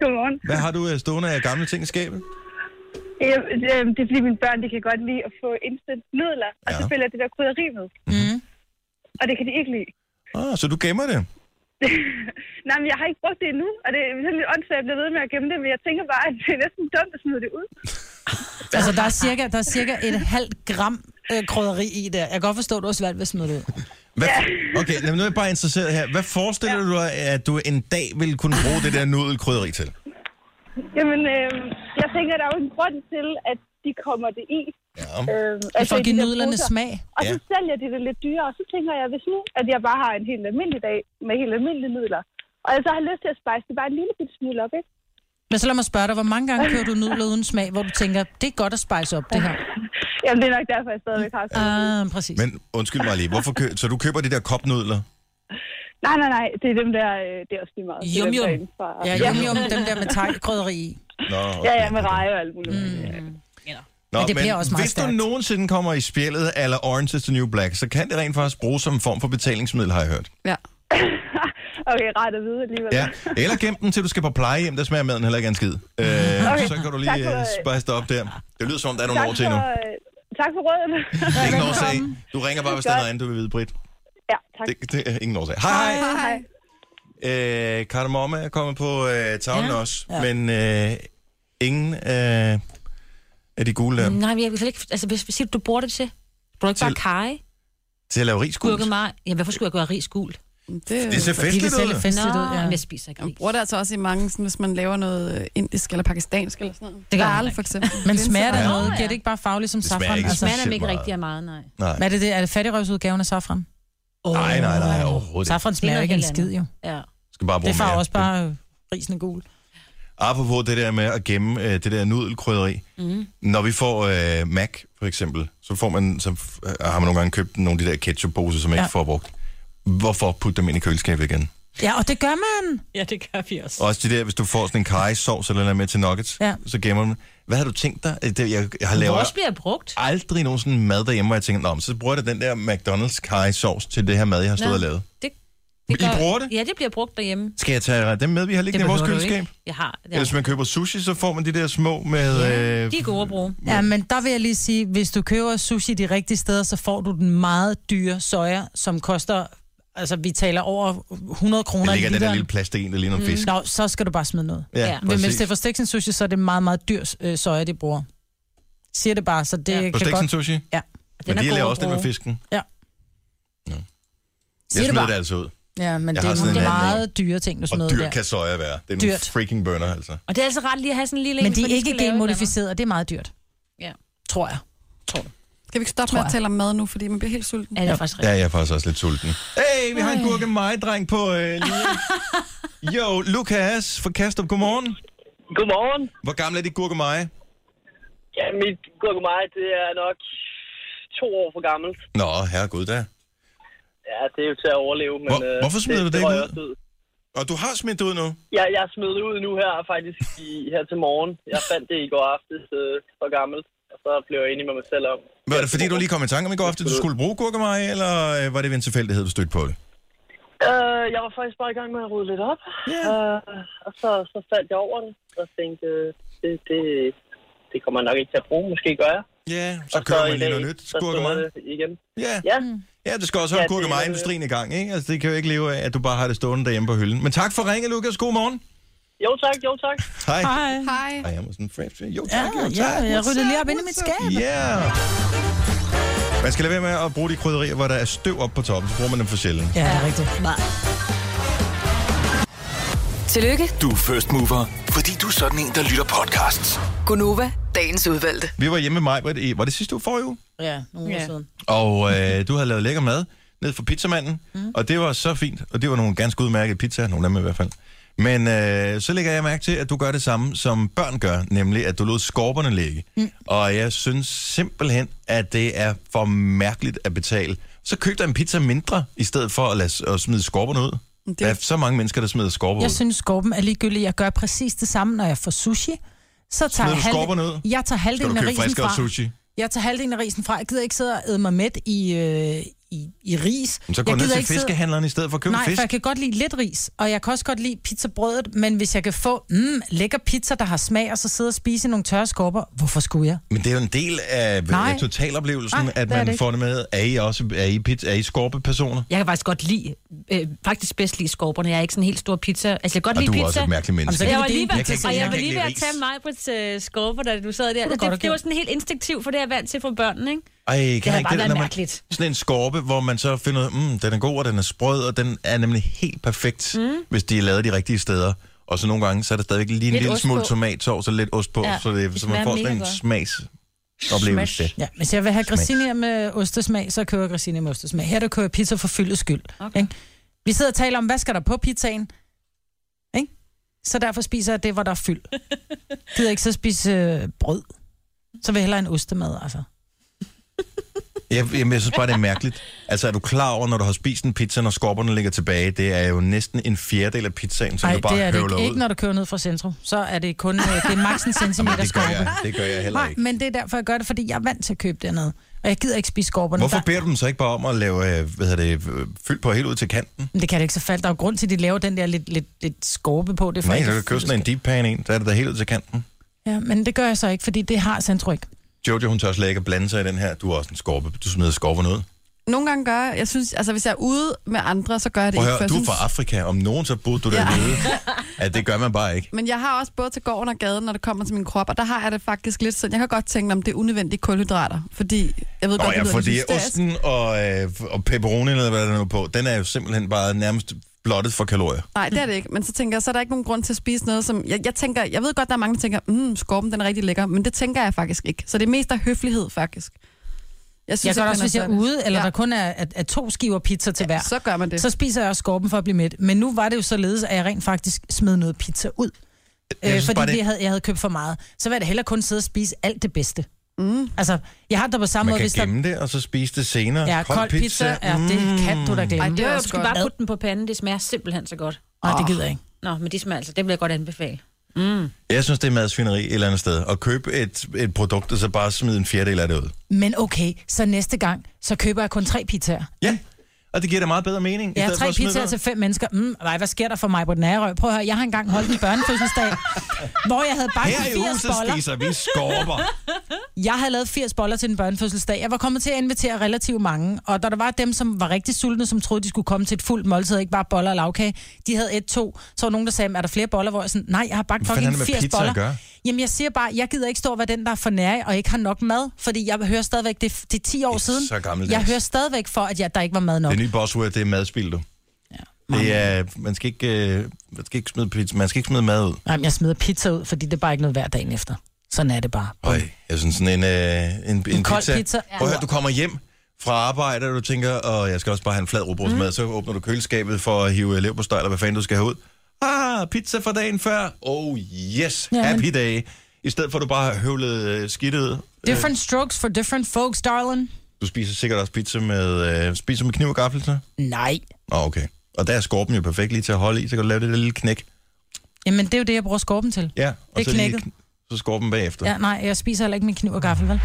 Godmorgen.
Hvad har du øh, stående af gamle ting i skabet?
Øh, øh, Det er fordi mine børn, de kan godt lide at få instant nudler, og
Ja.
så spiller det der krydderi med.
Mm.
Og det kan de ikke lide. <laughs>
Ah, så du gemmer det.
Nej, men jeg har ikke brugt det endnu, og det er sådan lidt åndssvagt, at jeg bliver ved med at gemme det, men jeg tænker bare, <laughs> at det er næsten dumt at smide det ud.
Altså, der er cirka, der er cirka et halvt gram øh, krydderi i der. Jeg kan godt forstå, at du har svært ved at smide det ud.
Hvad, okay, lad mig nu er jeg bare interesseret her. Hvad forestiller ja. du dig, at du en dag vil kunne bruge det der nudelkrydderi til?
Jamen, øh, jeg tænker, der er jo en grund til, at de kommer det i.
Ja.
Øh,
for at
i de der
give nudlerne
poser.
smag.
Og så
Ja.
sælger de det lidt dyrere, og så tænker jeg, hvis nu, at jeg bare har en helt almindelig dag med helt almindelige midler, og jeg så har lyst til at spejse det bare en lille bitte smule op, ikke?
Men så lad mig spørge dig, hvor mange gange kører du nudler uden smag, hvor du tænker, det er godt at spice op, det her.
Jamen, det er nok derfor, jeg stadigvæk har sådan noget.
Ah, præcis.
Men undskyld mig lige, hvorfor kø- så du køber de der kopnudler?
Nej, nej, nej, det er dem der, øh, det er også lige meget. Det er
Yum,
dem
yum.
derinde fra-
Ja,
Ja,
yum, yum, dem der med tegkrydderi i.
Nå, okay.
ja, ja, med reje og alt muligt. Mm.
Nå,
Men det bliver også meget
hvis du
stærkt.
nogensinde kommer i spjældet eller Orange is the New Black, så kan det rent faktisk bruges som en form for betalingsmiddel, har jeg hørt.
Ja.
Okay, rart at vide alligevel.
Ja. Eller gem den, til du skal på plejehjem, der smager maden heller ikke af en skid. Øh, okay. Så kan du
Tak
lige
for-
øh, spejse dig op der. Det lyder som om, der er nogle
tak,
år til
for,
endnu.
øh, tak for rådene.
Ingen årsag. Du ringer bare, hvis der er noget andet, du vil vide, Britt.
<laughs> ja, tak.
Det, det er ingen årsag. Hej, hej.
Hej.
Øh, kardemomme er kommet på øh, tavlen ja.
Ja.
også, ja.
Ja.
men øh, ingen øh, af de gule der. Mm.
Nej, men jeg kan slet ikke... Altså, hvis, hvis siger du, du bruger det til? Bruger du ikke
Til-
bare kaj?
Til at lave risgul.
Gurke mig? Jamen, hvorfor skulle jeg gøre ris gul?
Det ser
Fordi det
festligt
ser
ud.
lidt
Nå,
festligt ud, ja.
men jeg spiser ikke
Man
ris.
bruger det altså også i mange, sådan, hvis man laver noget øh, indisk eller pakistansk eller sådan noget.
Det gør man
Dal,
ikke.
for eksempel.
Men smager det
Ja.
noget? Giver det ikke bare fagligt som
Det smager
safran?
ikke
Altså,
smager.
Smager dem ikke
meget.
rigtig af meget, nej.
Nej.
hvad er det, det? Er det fattigrøvsudgaven af safran? Oh.
nej, nej, nej, overhovedet ikke.
Safran smager
noget
ikke en
helt andet.
skid, jo.
Ja.
Skal bare bruge
Det farver
mere.
også bare øh, risen gul.
Apropos det der med at gemme øh, det der nudelkrydderi.
Mhm.
Mm. Når vi får øh, Mac, for eksempel, så, får man, så f- øh, har man nogle gange købt nogle af de der ketchupposer, som man ja.
Ja.
ikke får brugt. Hvorfor putte dem ind i køleskabet igen?
Ja, og det gør man.
ja, det gør vi også.
Også det der, hvis du får sådan en karrysovs eller noget med til nuggets, ja.
Ja.
så gemmer du dem. Hvad har du tænkt dig? Øh, Det, jeg, jeg har lavet
Vores bliver brugt.
aldrig nogen sådan mad derhjemme, hvor jeg tænker, Nå, men så bruger jeg da den der McDonald's karrysovs til det her mad, jeg har stået
Nå.
og lavet.
Det,
Men I bruger det?
Ja, det bliver brugt derhjemme. Det
Skal jeg tage øh, dem med, vi har liggende i vores
behøver du
køleskab?
ikke. Jeg har. Ja.
Ja. Eller hvis man køber sushi, så får man de der små med... Ja. Øh,
De er gode at bruge.
Ja, men der vil jeg lige sige, hvis du køber sushi de rigtige steder, så får du den meget dyre soja, som koster, altså vi taler over 100
der
kroner i
ligger den der
literen.
lille plastik der ligner en fisk.
Nå, så skal du bare smide noget.
Ja,
Ja.
Men
præcis.
hvis det er for stiksen sushi, så er det meget, meget dyr øh, soja, de bruger. Siger det bare, så det
Ja.
ja.
På
kan
stiksen
godt...
sushi?
Ja.
Men
er
de
god
laver
at
også det med
bruge.
fisken. Jeg
Siger det
smider
bare.
det altså ud.
Ja,
Jeg
men det
har
er
sådan
nogle
en anden
meget dyre ting, du smider
Og dyrt
der.
kan soja være. Det er nogle
Dyrt.
freaking bønner, altså.
Og det er altså ret lige at have sådan en lille
Men
en,
de
for
er ikke
skal lave et eller andet.
genmodificeret, og det er meget dyrt.
Ja.
Tror jeg.
Skal vi ikke stoppe med at tale om mad nu, fordi man bliver helt sulten?
Ja, det er faktisk
Ja,
rigtigt.
jeg er faktisk også lidt sulten. Hey, vi har en gurke mig dreng på øh, <laughs> linjen. Jo, Lukas fra Kastrup, godmorgen.
Godmorgen.
Hvor gammel er dit gurke mig?
Ja, mit gurkemeje, det er nok to år for gammelt.
Nå, herregud da.
Ja, det er jo til at overleve, men...
Hvor-
øh,
hvorfor smider du det
røg
ikke
jeg
ud?
også
Og du har smidt det ud nu?
Ja, jeg smed det ud nu her faktisk i, her til morgen. Jeg fandt det i går aftes øh, for gammelt, og så blev jeg enig med mig selv om.
Var det fordi, du lige kom i tanke om i går aften, at du skulle bruge gurkemeje, eller øh, var det ved en tilfældighed, du stødte på det?
Øh, jeg var faktisk bare i gang med at rydde lidt op,
Ja.
øh, og så, så faldt jeg over det og tænkte, øh, det, det, det kommer jeg nok ikke til at bruge. Måske gør jeg.
Ja,
Og
så kører
i
man lige
dag,
noget nyt.
så stod
Gurkemeje.
det igen.
Ja.
Ja,
ja, du skal også holde
Ja, det er-
gurkemejeindustrien i gang, ikke? Altså, det kan jo ikke leve af, at du bare har det stående derhjemme på hylden. Men tak for ringet, Lukas. God morgen.
jo tak, jo tak.
Hej.
Hej.
Hej.
Hej, jeg må sådan fresh. Jo,
Ja,
tak, jo, tak.
ja, jeg
What's
ryddede lige
up,
op inde i
what's
mit
up?
skab.
Ja. Yeah. Man skal lade være med at bruge de krydderier, hvor der er støv op på toppen, så bruger man dem for sjældent.
Ja, det er rigtigt.
Tillykke,
Du er first mover, fordi du er sådan en, der lytter podcasts.
Gunova, dagens udvalgte.
Vi var hjemme med mig, Britt, i, var det sidste uge forrige uge?
Ja, nogle år
Ja.
siden.
Og øh, du havde lavet lækker mad ned for pizzamanden, mm. og det var så fint, og det var nogle ganske udmærkede pizzaer, nogle af dem i hvert fald. Men øh, så lægger jeg mærke til, at du gør det samme, som børn gør, nemlig at du lod skorperne ligge. Mm. Og jeg synes simpelthen, at det er for mærkeligt at betale. Så køb dig en pizza mindre, i stedet for at, lade, at smide skorperne ud. Det...
Det-
Der er så mange mennesker, der smider skorper ud.
Mm, Jeg synes, skorpen er ligegyldig. Jeg gør præcis det samme, når jeg får sushi. Så tager
du
jeg halv-
skorperne ud?
Jeg tager
Skal du
halvdelen af
købe
risen
friskere
fra.
sushi?
Jeg tager halvdelen af risen fra. Jeg gider ikke sidde og æde mig mæt i, øh, i, i ris.
Men så gå
Jeg
ned
gider
til
ikke sidde-
fiskehandleren i stedet for at købe
Nej,
fisk.
for jeg kan godt lide lidt ris, og jeg kan også godt lide pizzabrødet, men hvis jeg kan få mm, lækker pizza, der har smag, og så sidde og spise i nogle tørre skorper, hvorfor skulle jeg?
Men det er jo en del af
Nej.
Nej. totaloplevelsen,
Nej,
Nej, at
det er
man
det
det
ikke.
får det med. Er I også er I, pizza, er I skorpepersoner?
Jeg kan faktisk godt lide, øh, faktisk bedst lide skorperne. Jeg er ikke sådan en helt stor pizza. Altså, jeg kan godt
Og
lide
du er
pizza.
også et mærkeligt menneske. Jamen, så kan vi
Jeg var
dele
lige
en
ved,
pizza.
og
Jeg
jeg
kan
var
ikke
lige ved
lide
at
ris.
tage Majbrits øh, skorper, da du sad der. Altså,
du
Det,
godt have
det, det var
gjort.
sådan helt instinktivt, for det er jeg vant til fra børnene, ikke?
Ej, kan
havde
jeg ikke
bare
der,
været
når man,
mærkeligt.
Sådan en skorpe, hvor man så finder ud af, mm, den er god, og den er sprød, og den er nemlig helt perfekt, mm. hvis de er lavet de rigtige steder. Og så nogle gange, så er der stadigvæk lige en
Lidt
lidt lille
ost
smule
på.
tomatsovs og lidt ost på,
Ja,
ja, så,
det
det, så
smager
man får
mega
sådan en
godt.
smagsoplevelse.
Ja, hvis jeg vil have
Smash.
grasinier med ostesmag, så kører jeg grasinier med ostesmag. Her der kører jeg pizza for fyldets skyld. Okay. Ikke? Vi sidder og taler om, hvad skal der på pizzaen? Ikke? Så derfor spiser jeg det, hvor der er fyld. Gider ikke så spise øh, brød. Så vil jeg hellere en ostemad, altså.
Jeg, jamen, jeg synes bare, det er mærkeligt. Altså, er du klar over, når du har spist en pizza, når skorperne ligger tilbage? Det er jo næsten en fjerdedel af pizzaen, som
Nej,
du bare
det er det
høvler
ikke.
ud.
ikke, når du kører ned fra centrum. Så er det kun, øh,
<laughs>
det er maks en centimeter
det, gør
skorpe.
jeg, det gør jeg heller
Nej,
ikke.
men det er derfor, jeg gør det, fordi jeg er vant til at købe dernede. Og jeg gider ikke spise skorperne.
Hvorfor
Der-
beder du dem så ikke bare om at lave øh, hvad hedder det, øh, fyld på helt ud til kanten?
Men det kan det ikke så falde. Der er jo grund til, at de laver den der lidt, lidt, lidt skorpe på. Det er for
Nej,
ikke
så kan du
at
købe
fylde-
sådan en deep pan en, der er det da helt ud til kanten.
Ja, men det gør jeg så ikke, fordi det har Sandro ikke.
Jojo, hun tør slet ikke at blande sig i den her. Du er også en skorpe. Du smider skorperne ud.
Nogle gange gør jeg, jeg synes, altså hvis jeg er ude med andre, så gør jeg det
Prøv at
ikke. for
høre,
jeg
du er
synes-
fra Afrika. Om nogen, så burde du da
Ja.
vide, at det gør man bare ikke.
Men jeg har også både til gården og gaden, når det kommer til min krop, og der har jeg det faktisk lidt sådan. Jeg kan godt tænke, om det er unødvendige kulhydrater, fordi jeg ved
Nå
godt,
ja,
det lyder
fordi
lidt hysterisk.
osten og, øh, og pepperoni, eller hvad der er nu på, den er jo simpelthen bare nærmest blottet for kalorier.
Nej, det er det ikke. Men så tænker jeg, så er der ikke nogen grund til at spise noget, som... Jeg, jeg, tænker, jeg ved godt, der er mange, der tænker, mm, skorpen den er rigtig lækker, men det tænker jeg faktisk ikke. Så det er mest af høflighed, faktisk.
Jeg, synes, jeg gør
ikke,
det også,
man
hvis jeg er
sådan-
ude, eller ja. der
Ja.
kun er, er, er to skiver pizza til hver.
så gør man det.
Så spiser jeg også skorpen for at blive mæt. Men nu var det jo således, at jeg rent faktisk smed noget pizza ud.
Jeg
Øh,
synes
fordi
bare,
det...
det-
jeg, havde, jeg havde købt for meget. Så var det hellere kun sidde og spise alt det bedste. Mm. Altså, jeg har det på samme
Man
måde,
kan
hvis der...
gemme det, og så spise det senere. Mm.
Ja, kold pizza, ja, det kan du da glemme.
Ej, det er
jo
jo, du skal bare putte den på panden. Det smager simpelthen så godt.
Nej, det gider jeg ikke.
Nå, men det smager altså. Det vil jeg godt anbefale.
Jeg synes, det er madsvineri et eller andet sted. At købe et, et produkt, og så bare smide en fjerdedel af det ud.
Men okay, så næste gang, så køber jeg kun tre pizzaer.
Ja, og det giver da meget bedre mening. i
Jeg har
stedet for
tre
at smide
pizzaer
det
til
ud.
fem mennesker. Mm, nej, hvad sker der for mig på den ærøg? Prøv at høre, jeg har engang holdt en
<laughs>
børnefødselsdag, hvor jeg havde bagt
Her i
80
huset
boller.
spiser vi skorper.
Jeg havde lavet 80 boller til en børnefødselsdag. Jeg var kommet til at invitere relativt mange, og da der var dem, som var rigtig sultne, som troede, de skulle komme til et fuldt måltid, ikke bare boller og lavkage, de havde et, to. Så var nogen, der sagde, er der flere boller, hvor jeg sådan, nej, jeg har bagt
Hvad fanden
fucking
har det med
80
pizza at
boller.
gøre?
Jamen, jeg siger bare, jeg gider ikke stå og være den, der er for nær og ikke har nok mad, fordi jeg hører stadigvæk, det, er- det er 10 år siden.
så gammeldags.
jeg hører stadigvæk for, at jeg, der ikke var mad nok.
Det nye buzzword, det er madspil, du. Ja, det er, man, skal ikke, øh, man, skal ikke smide pizza, man skal ikke smide mad ud.
Nej, men jeg smider pizza ud, fordi det er bare ikke noget hver dagen efter. Sådan er det bare.
Øj, jeg synes sådan en, øh, en, en, en
kold
pizza.
pizza.
Prøv at høre, du kommer hjem fra arbejde, og du tænker, og jeg skal også bare have en flad rugbrødsmad, mm. så åbner du køleskabet for at hive elev på eller hvad fanden du skal have ud. Ah, pizza fra dagen før. Oh yes,
Ja, men-
happy day. I stedet for at du bare har høvlet øh, skidtet. Øh,
Different strokes for different folks, darling.
du spiser sikkert også pizza med, øh, spiser med kniv og gaffel, så?
Nej.
Nå, okay. Og der er skorpen jo perfekt lige til at holde i, så kan du lave det der lille knæk.
Jamen, det er jo det, jeg bruger skorpen til.
Ja, og
Det er
så, lige,
knækket.
kn- så skorpen bagefter.
Ja, nej, jeg spiser heller ikke min kniv og gaffel, vel?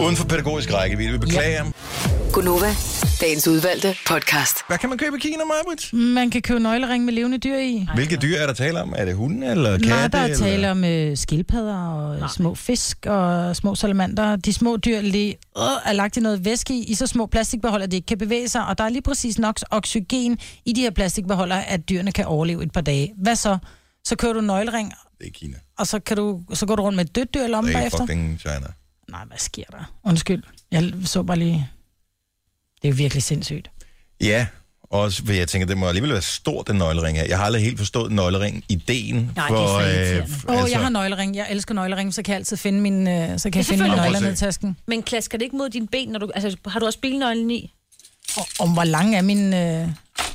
Uden for pædagogisk rækkevidde, vi beklager. Ja.
Gunova, dagens udvalgte podcast.
Hvad kan man købe i Kina, Marbridge?
Man kan købe nøglering med levende dyr i.
Hvilke dyr er der tale om? Er det hunden eller katte?
Nej, der er
eller?
tale om øh, skildpadder og nej. små fisk og små salamander. De små dyr lige, øh, er lagt i noget væske i, i så små plastikbeholder, at de ikke kan bevæge sig, og der er lige præcis nok oxygen i de her plastikbeholder, at dyrene kan overleve et par dage. Hvad så? Så kører du en nøglering,
Det er Kina.
og så, kan du, så går du rundt med et dødt dyr i lommen
Det er ikke
bagefter?
fucking China.
Nej, hvad sker der? Undskyld, jeg så bare lige... Det er jo virkelig sindssygt.
Ja, også, for jeg tænker, det må alligevel være stort, den nøglering her. Jeg har aldrig helt forstået nøglering-ideen.
Nej,
for, øh, altså-
det er så
f-
Åh, oh, jeg har nøglering. Jeg elsker nøglering, så kan jeg altid finde min, øh, så kan jeg
Ja,
finde min
selvfølgelig.
nøgler ned i
Prøv at se.
tasken.
Men klasker det ikke mod dine ben, når du... Altså, har du også bilnøglen i?
Og, om hvor lang er min... Øh,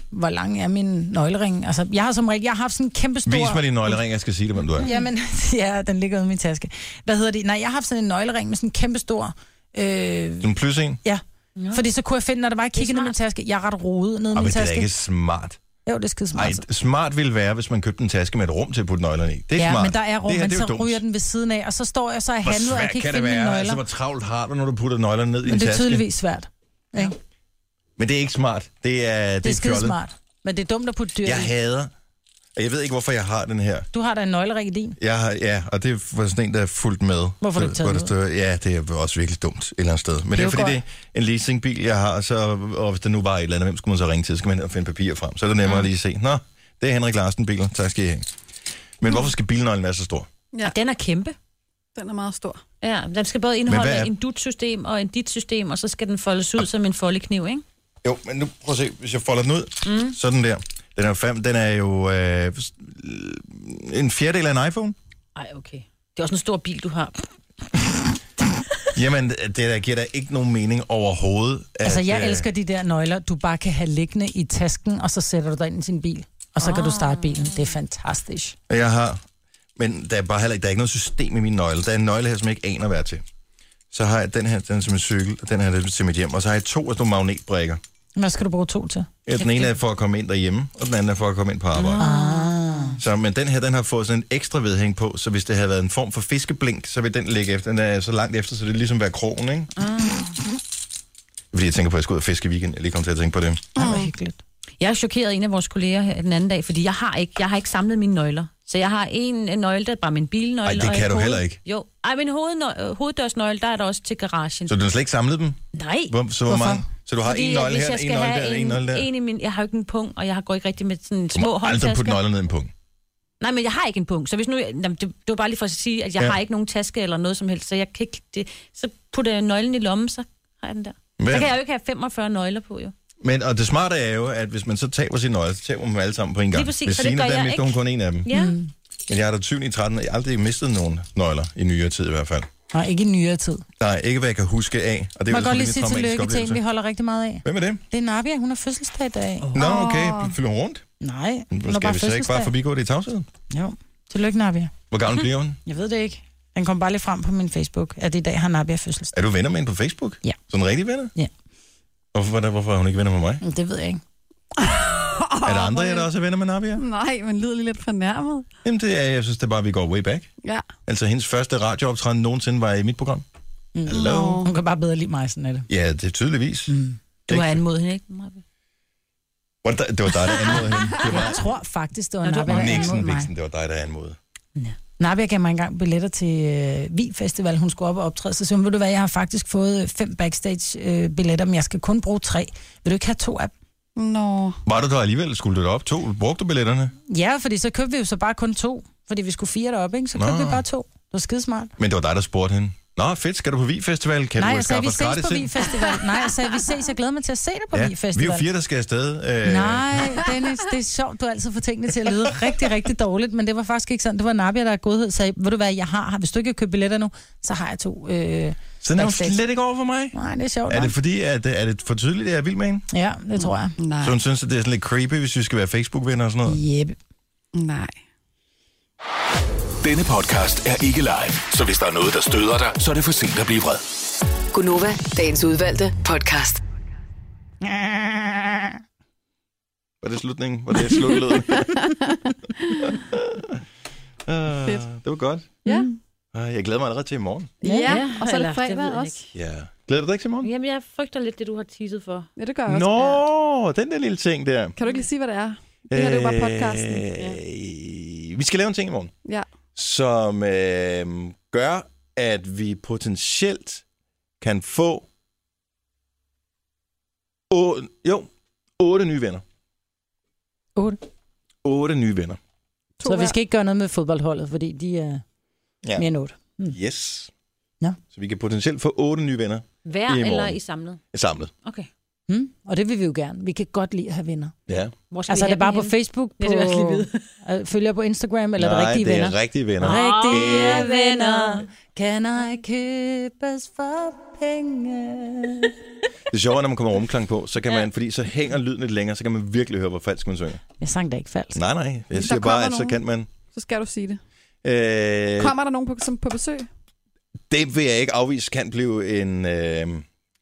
hvor lang er min nøglering? Altså, jeg har som regel, jeg har haft sådan en kæmpe stor...
Vis mig din nøglering, jeg skal sige det, hvem du er.
Jamen, <laughs> ja, den ligger ude i min taske. Hvad hedder det? Nej, jeg har haft sådan en nøglering med sådan en kæmpe stor... Øh,
Du er plus en?
ja. Fordi så kunne jeg finde, når der var, jeg kiggede ned i min taske, jeg er ret rodet ned i
Ah,
min
men det er da
taske.
ikke smart.
Jo, det er altså. skide smart.
Ej, smart ville være, hvis man købte en taske med et rum til at putte nøglerne i. Det er
ja,
smart.
men der er rum,
det her,
men
det er
så
jo dumt.
ryger den ved siden af, og så står jeg så og
Hvor
handler, og jeg
svært
kan ikke
kan
finde
det
mine
være?
nøgler.
Altså, hvor travlt har du, når du putter nøglerne ned i en
men det er
taske?
tydeligvis svært. Ikke?
Men det er ikke smart. Det er, det
Det er
er fjollet.
skide smart. Men det er dumt at putte dyr
Jeg
i.
hader... og Jeg ved ikke, hvorfor jeg har den her.
Du har da en nøglerik i din.
Jeg har, ja, og det var sådan en, der er fulgt med.
Hvorfor har du ikke taget
Hvor
den
der står, Ja, det er også virkelig dumt et eller andet sted. Men det,
Det
det
er
er
jo
fordi,
godt.
det er en leasingbil, jeg har, så, og hvis der nu var et eller andet, hvem skulle man så ringe til? Så skal man hen og finde papir frem. Så er det nemmere mm. lige at se. Nå, det er Henrik Larsen biler. Tak skal I have. Men hvorfor skal bilnøglen være så stor?
Ah,
Ja. Den er kæmpe.
Den er meget stor.
Ja, den skal både indeholde
hvad er- Ah.
en dut-system og en dit-system, og så skal den foldes ud som en foldekniv, ikke?
Jo, men nu prøv at se, hvis jeg folder den ud, mm. sådan der. Den er, fem, den er jo øh, en fjerdedel af en iPhone.
Nej, okay. Det er også en stor bil, du har.
Jamen, det der giver da ikke nogen mening overhovedet. At,
Altså, jeg
øh,
elsker de der nøgler, du bare kan have liggende i tasken, og så sætter du dig ind i sin bil, og så kan du
Ah.
starte bilen. Det er fantastisk.
Og Jeg har... Men der er bare heller ikke, der er ikke noget system i min nøgle. Der er en nøgle her, som jeg ikke aner, hvad er til. Så har jeg den her, den er til min cykel, og den her den er til mit hjem. Og så har jeg to af sådan nogle magnetbrækker.
Hvad skal du bruge to til?
Ja, Den ene er for at komme ind derhjemme, og den anden er for at komme ind på arbejde. Ah. Så, men den her, den har fået sådan en ekstra vedhæng på, så hvis det havde været en form for fiskeblink, så vil den ligge efter. Den er så langt efter, så det ligesom være krogen, ikke?
Ah.
Mm. Fordi jeg tænker på, at jeg skal ud og fiske i weekenden. Jeg lige kom til at tænke på det.
Ej, hvor hyggeligt.
Jeg er chokeret af en af vores kolleger her den anden dag, fordi jeg har ikke, jeg har ikke samlet mine nøgler. Så jeg har en en nøgle, der er bare min bilnøgle.
Ej, det
og
kan
en
du heller ikke.
Jo. Ej, min hovednø- øh, hoveddørsnøgle, der er der også til garagen.
Så du har slet ikke samlet dem?
Nej.
Hvor, så, hvor
Hvorfor?
mange? så du har
Fordi,
en
at
nøgle
hvis
her,
jeg
en
skal
nøgle
have
der,
en,
en nøgle der.
En i min, jeg har jo ikke en pung, og jeg har går ikke rigtig med sådan
Du
små
må aldrig putte
håndtasker.
nøglen ned i en punkt.
Nej, men jeg har ikke en pung. Så hvis nu, jamen, det, det var bare lige for at sige, at jeg
Ja.
ja. har ikke nogen taske eller noget som helst, så jeg kan ikke, det, så putter jeg nøglen i lommen, så har jeg den der.
Men-
Så kan jeg jo ikke have 45 nøgler på, jo.
Men, og det smarte er jo, at hvis man så taber sin nøgle, så taber man dem alle sammen på en gang.
Lige præcis,
Ved
så det
Signe,
gør
der
jeg
mister
ikke.
hun kun en af dem.
Ja. Mm.
Men jeg har da 20 i 13, og jeg har aldrig mistet nogen nøgler i nyere tid i hvert fald.
Nej, ikke i nyere tid.
Nej, ikke hvad jeg kan huske af. Og det
Det
er
Man
vel
kan godt
sådan
lige
lidt
sige
ligesom traumatisk
tillykke til en,
oplevelse.
vi holder rigtig meget af.
Hvem er det?
Det er Nabia, hun har fødselsdag i dag.
Nå, okay, fylder hun rundt.
Nej, hun har
Skal
bare
vi så ikke bare
fødselsdag.
forbigå det i tavsheden?
Jo, tillykke Nabia.
Hvor gammel bliver hun?
Jeg ved det ikke. Den kom bare lige frem på min Facebook, at i dag har Nabia fødselsdag.
Er du venner med hende på Facebook?
Ja.
Sådan rigtig venner?
Ja.
Hvorfor, hvordan- hvorfor er hun ikke venner med mig?
Men Det ved jeg ikke.
er der andre, jeg der også er venner med Navia?
Nej, men lyder lige lidt fornærmet.
Jamen, det er, jeg synes, det er bare, vi går way back.
Ja.
Altså, hendes første radiooptræden nogensinde var i mit program.
Mm.
Hallo?
Hun kan bare bedre lide mig, sådan er det.
Ja, det er tydeligvis. Mm.
Du har anmodet hende, ikke?
Var det, dig- det var
<laughs>
dig, der anmodede hende. Det var
Jeg tror faktisk, det var
Nå, du-
Nabia, der anmodede
Nixon,
mig.
Nixon, det var dig, der anmodede.
Nabia gav mig engang billetter til øh, Vi Festival, hun skulle op og optræde. Så siger hun, ved du hvad, jeg har faktisk fået øh, fem backstage-billetter, men jeg skal kun bruge tre. Vil du ikke have to af dem?
Nå.
Var du der alligevel? Skulle du op? To? Brugte du billetterne?
Ja, fordi så købte vi jo så bare kun to, fordi vi skulle fire deroppe, ikke? Så købte
Nå.
vi bare to. Det var skidesmart.
Men det var dig, der spurgte hende. Nå, fedt, skal du på Vi Festival? Kan
Nej,
du
jeg
skaffe
sagde, vi
os
ses
gratis
på Vi
ind? <laughs>
Festival. Nej, jeg sagde, vi ses. Jeg glæder mig til at se dig på
Ja,
Vi
vi er
Festival.
jo fire, der skal afsted. Øh,
Nej, Dennis, det er sjovt, du har altid får tingene til
<laughs>
at lyde rigtig, rigtig dårligt, men det var faktisk ikke sådan. Det var Nabia, der af godhed sagde, ved du hvad, jeg har, hvis du ikke har købt billetter nu, så har jeg to. Øh,
Sådan er hun
backstage."
slet ikke over for mig.
Nej, det er sjovt.
Er det
nok.
fordi, at øh, er det for tydeligt, at jeg er vild med hende?
Ja, det tror jeg.
Nej.
Så hun synes, at det er sådan lidt creepy, hvis vi skal være Facebook-venner og sådan noget.
Jeppe.
Nej.
Denne podcast er ikke live, så hvis der er noget, der støder dig, så er det for sent at blive vred.
Gunova, dagens udvalgte podcast.
Var det slutningen? Var det slutlyden? uh, det var godt.
Ja.
Uh, jeg glæder mig allerede til i morgen.
Mm. Ja, ja og så er
eller
det
det ved
fredag
jeg
også.
Ja. Glæder du dig ikke til i morgen?
Jamen, jeg frygter lidt det, du har teaset for.
Ja, det gør jeg også. Ja.
Nå, den der lille ting der.
Kan du ikke lige sige, hvad det er? Det her det er jo bare podcasten. Ja.
Øh, Vi skal lave en ting i morgen,
ja.
som øh, gør, at vi potentielt kan få o- jo, otte nye venner.
Otte.
Otte nye venner.
Så vi skal ikke gøre noget med fodboldholdet, fordi de er
Ja.
mere end otte.
Yes.
Nå.
Så vi kan potentielt få otte nye venner I
Hver
morgen.
eller i samlet?
samlet.
Okay.
Hmm? Og det vil vi jo gerne. Vi kan godt lide at have venner.
Ja.
Hvor skal
Altså,
vi
er
have
det bare
den
på
henne?
Facebook?
Det vil jeg også lige
<laughs> vide. Følger på Instagram, eller er det
Nej,
rigtige
det er
venner?
rigtige venner.
Rigtige
Ah.
venner, kan ej købes for penge.
Det sjove er, når man kommer rumklang på, så kan man, fordi så hænger lyden lidt længere, så kan man virkelig høre, hvor falsk man synger.
Jeg sang da ikke falsk.
Nej, nej. Jeg siger
kommer
bare, at så
nogen.
kan man...
Så skal du sige det.
Øh,
Kommer der nogen på, som på besøg?
Det vil jeg ikke afvise kan blive en, øh,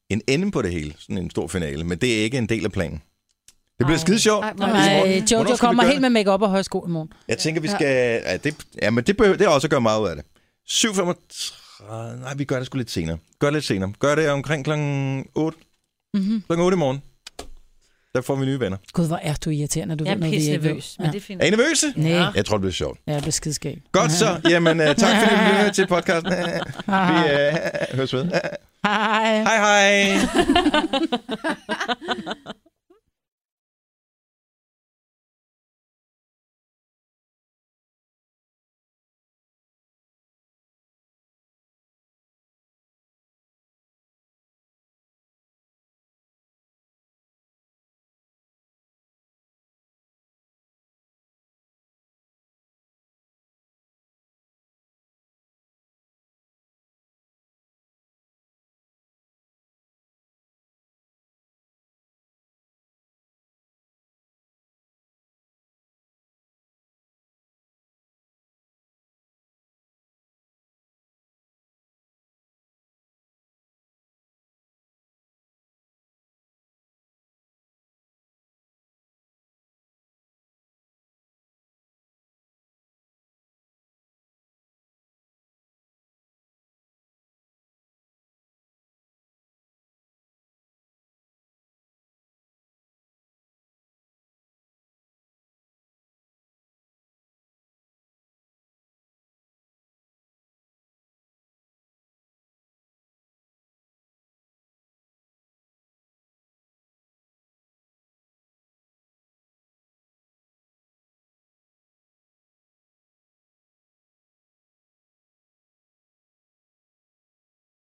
en ende på det hele, sådan en stor finale, men det er ikke en del af planen. Det bliver skide sjovt.
Nej, Øh, Jojo kommer helt med makeup og højsko i morgen.
Jeg tænker, vi skal... Ja, det, ja men det, behøver, det er også at gøre meget ud af det. 7.35... Nej, vi gør det sgu lidt senere. Gør det lidt senere. Gør det omkring klokken 8.
Mm-hmm.
Klokken 8 i morgen. Der får vi nye venner.
Gud, hvor er du irriterende, du
Jeg
ved
er
noget, vi ikke ved.
pissenervøs, men det er fint.
Er I nervøse?
Nej.
Jeg tror, det bliver sjovt.
Ja, jeg bliver skideskæg.
Godt så. Jamen, øh, tak fordi du lyttede til
<laughs>
podcasten. vi øh, høres ved.
Hej.
Hej hej.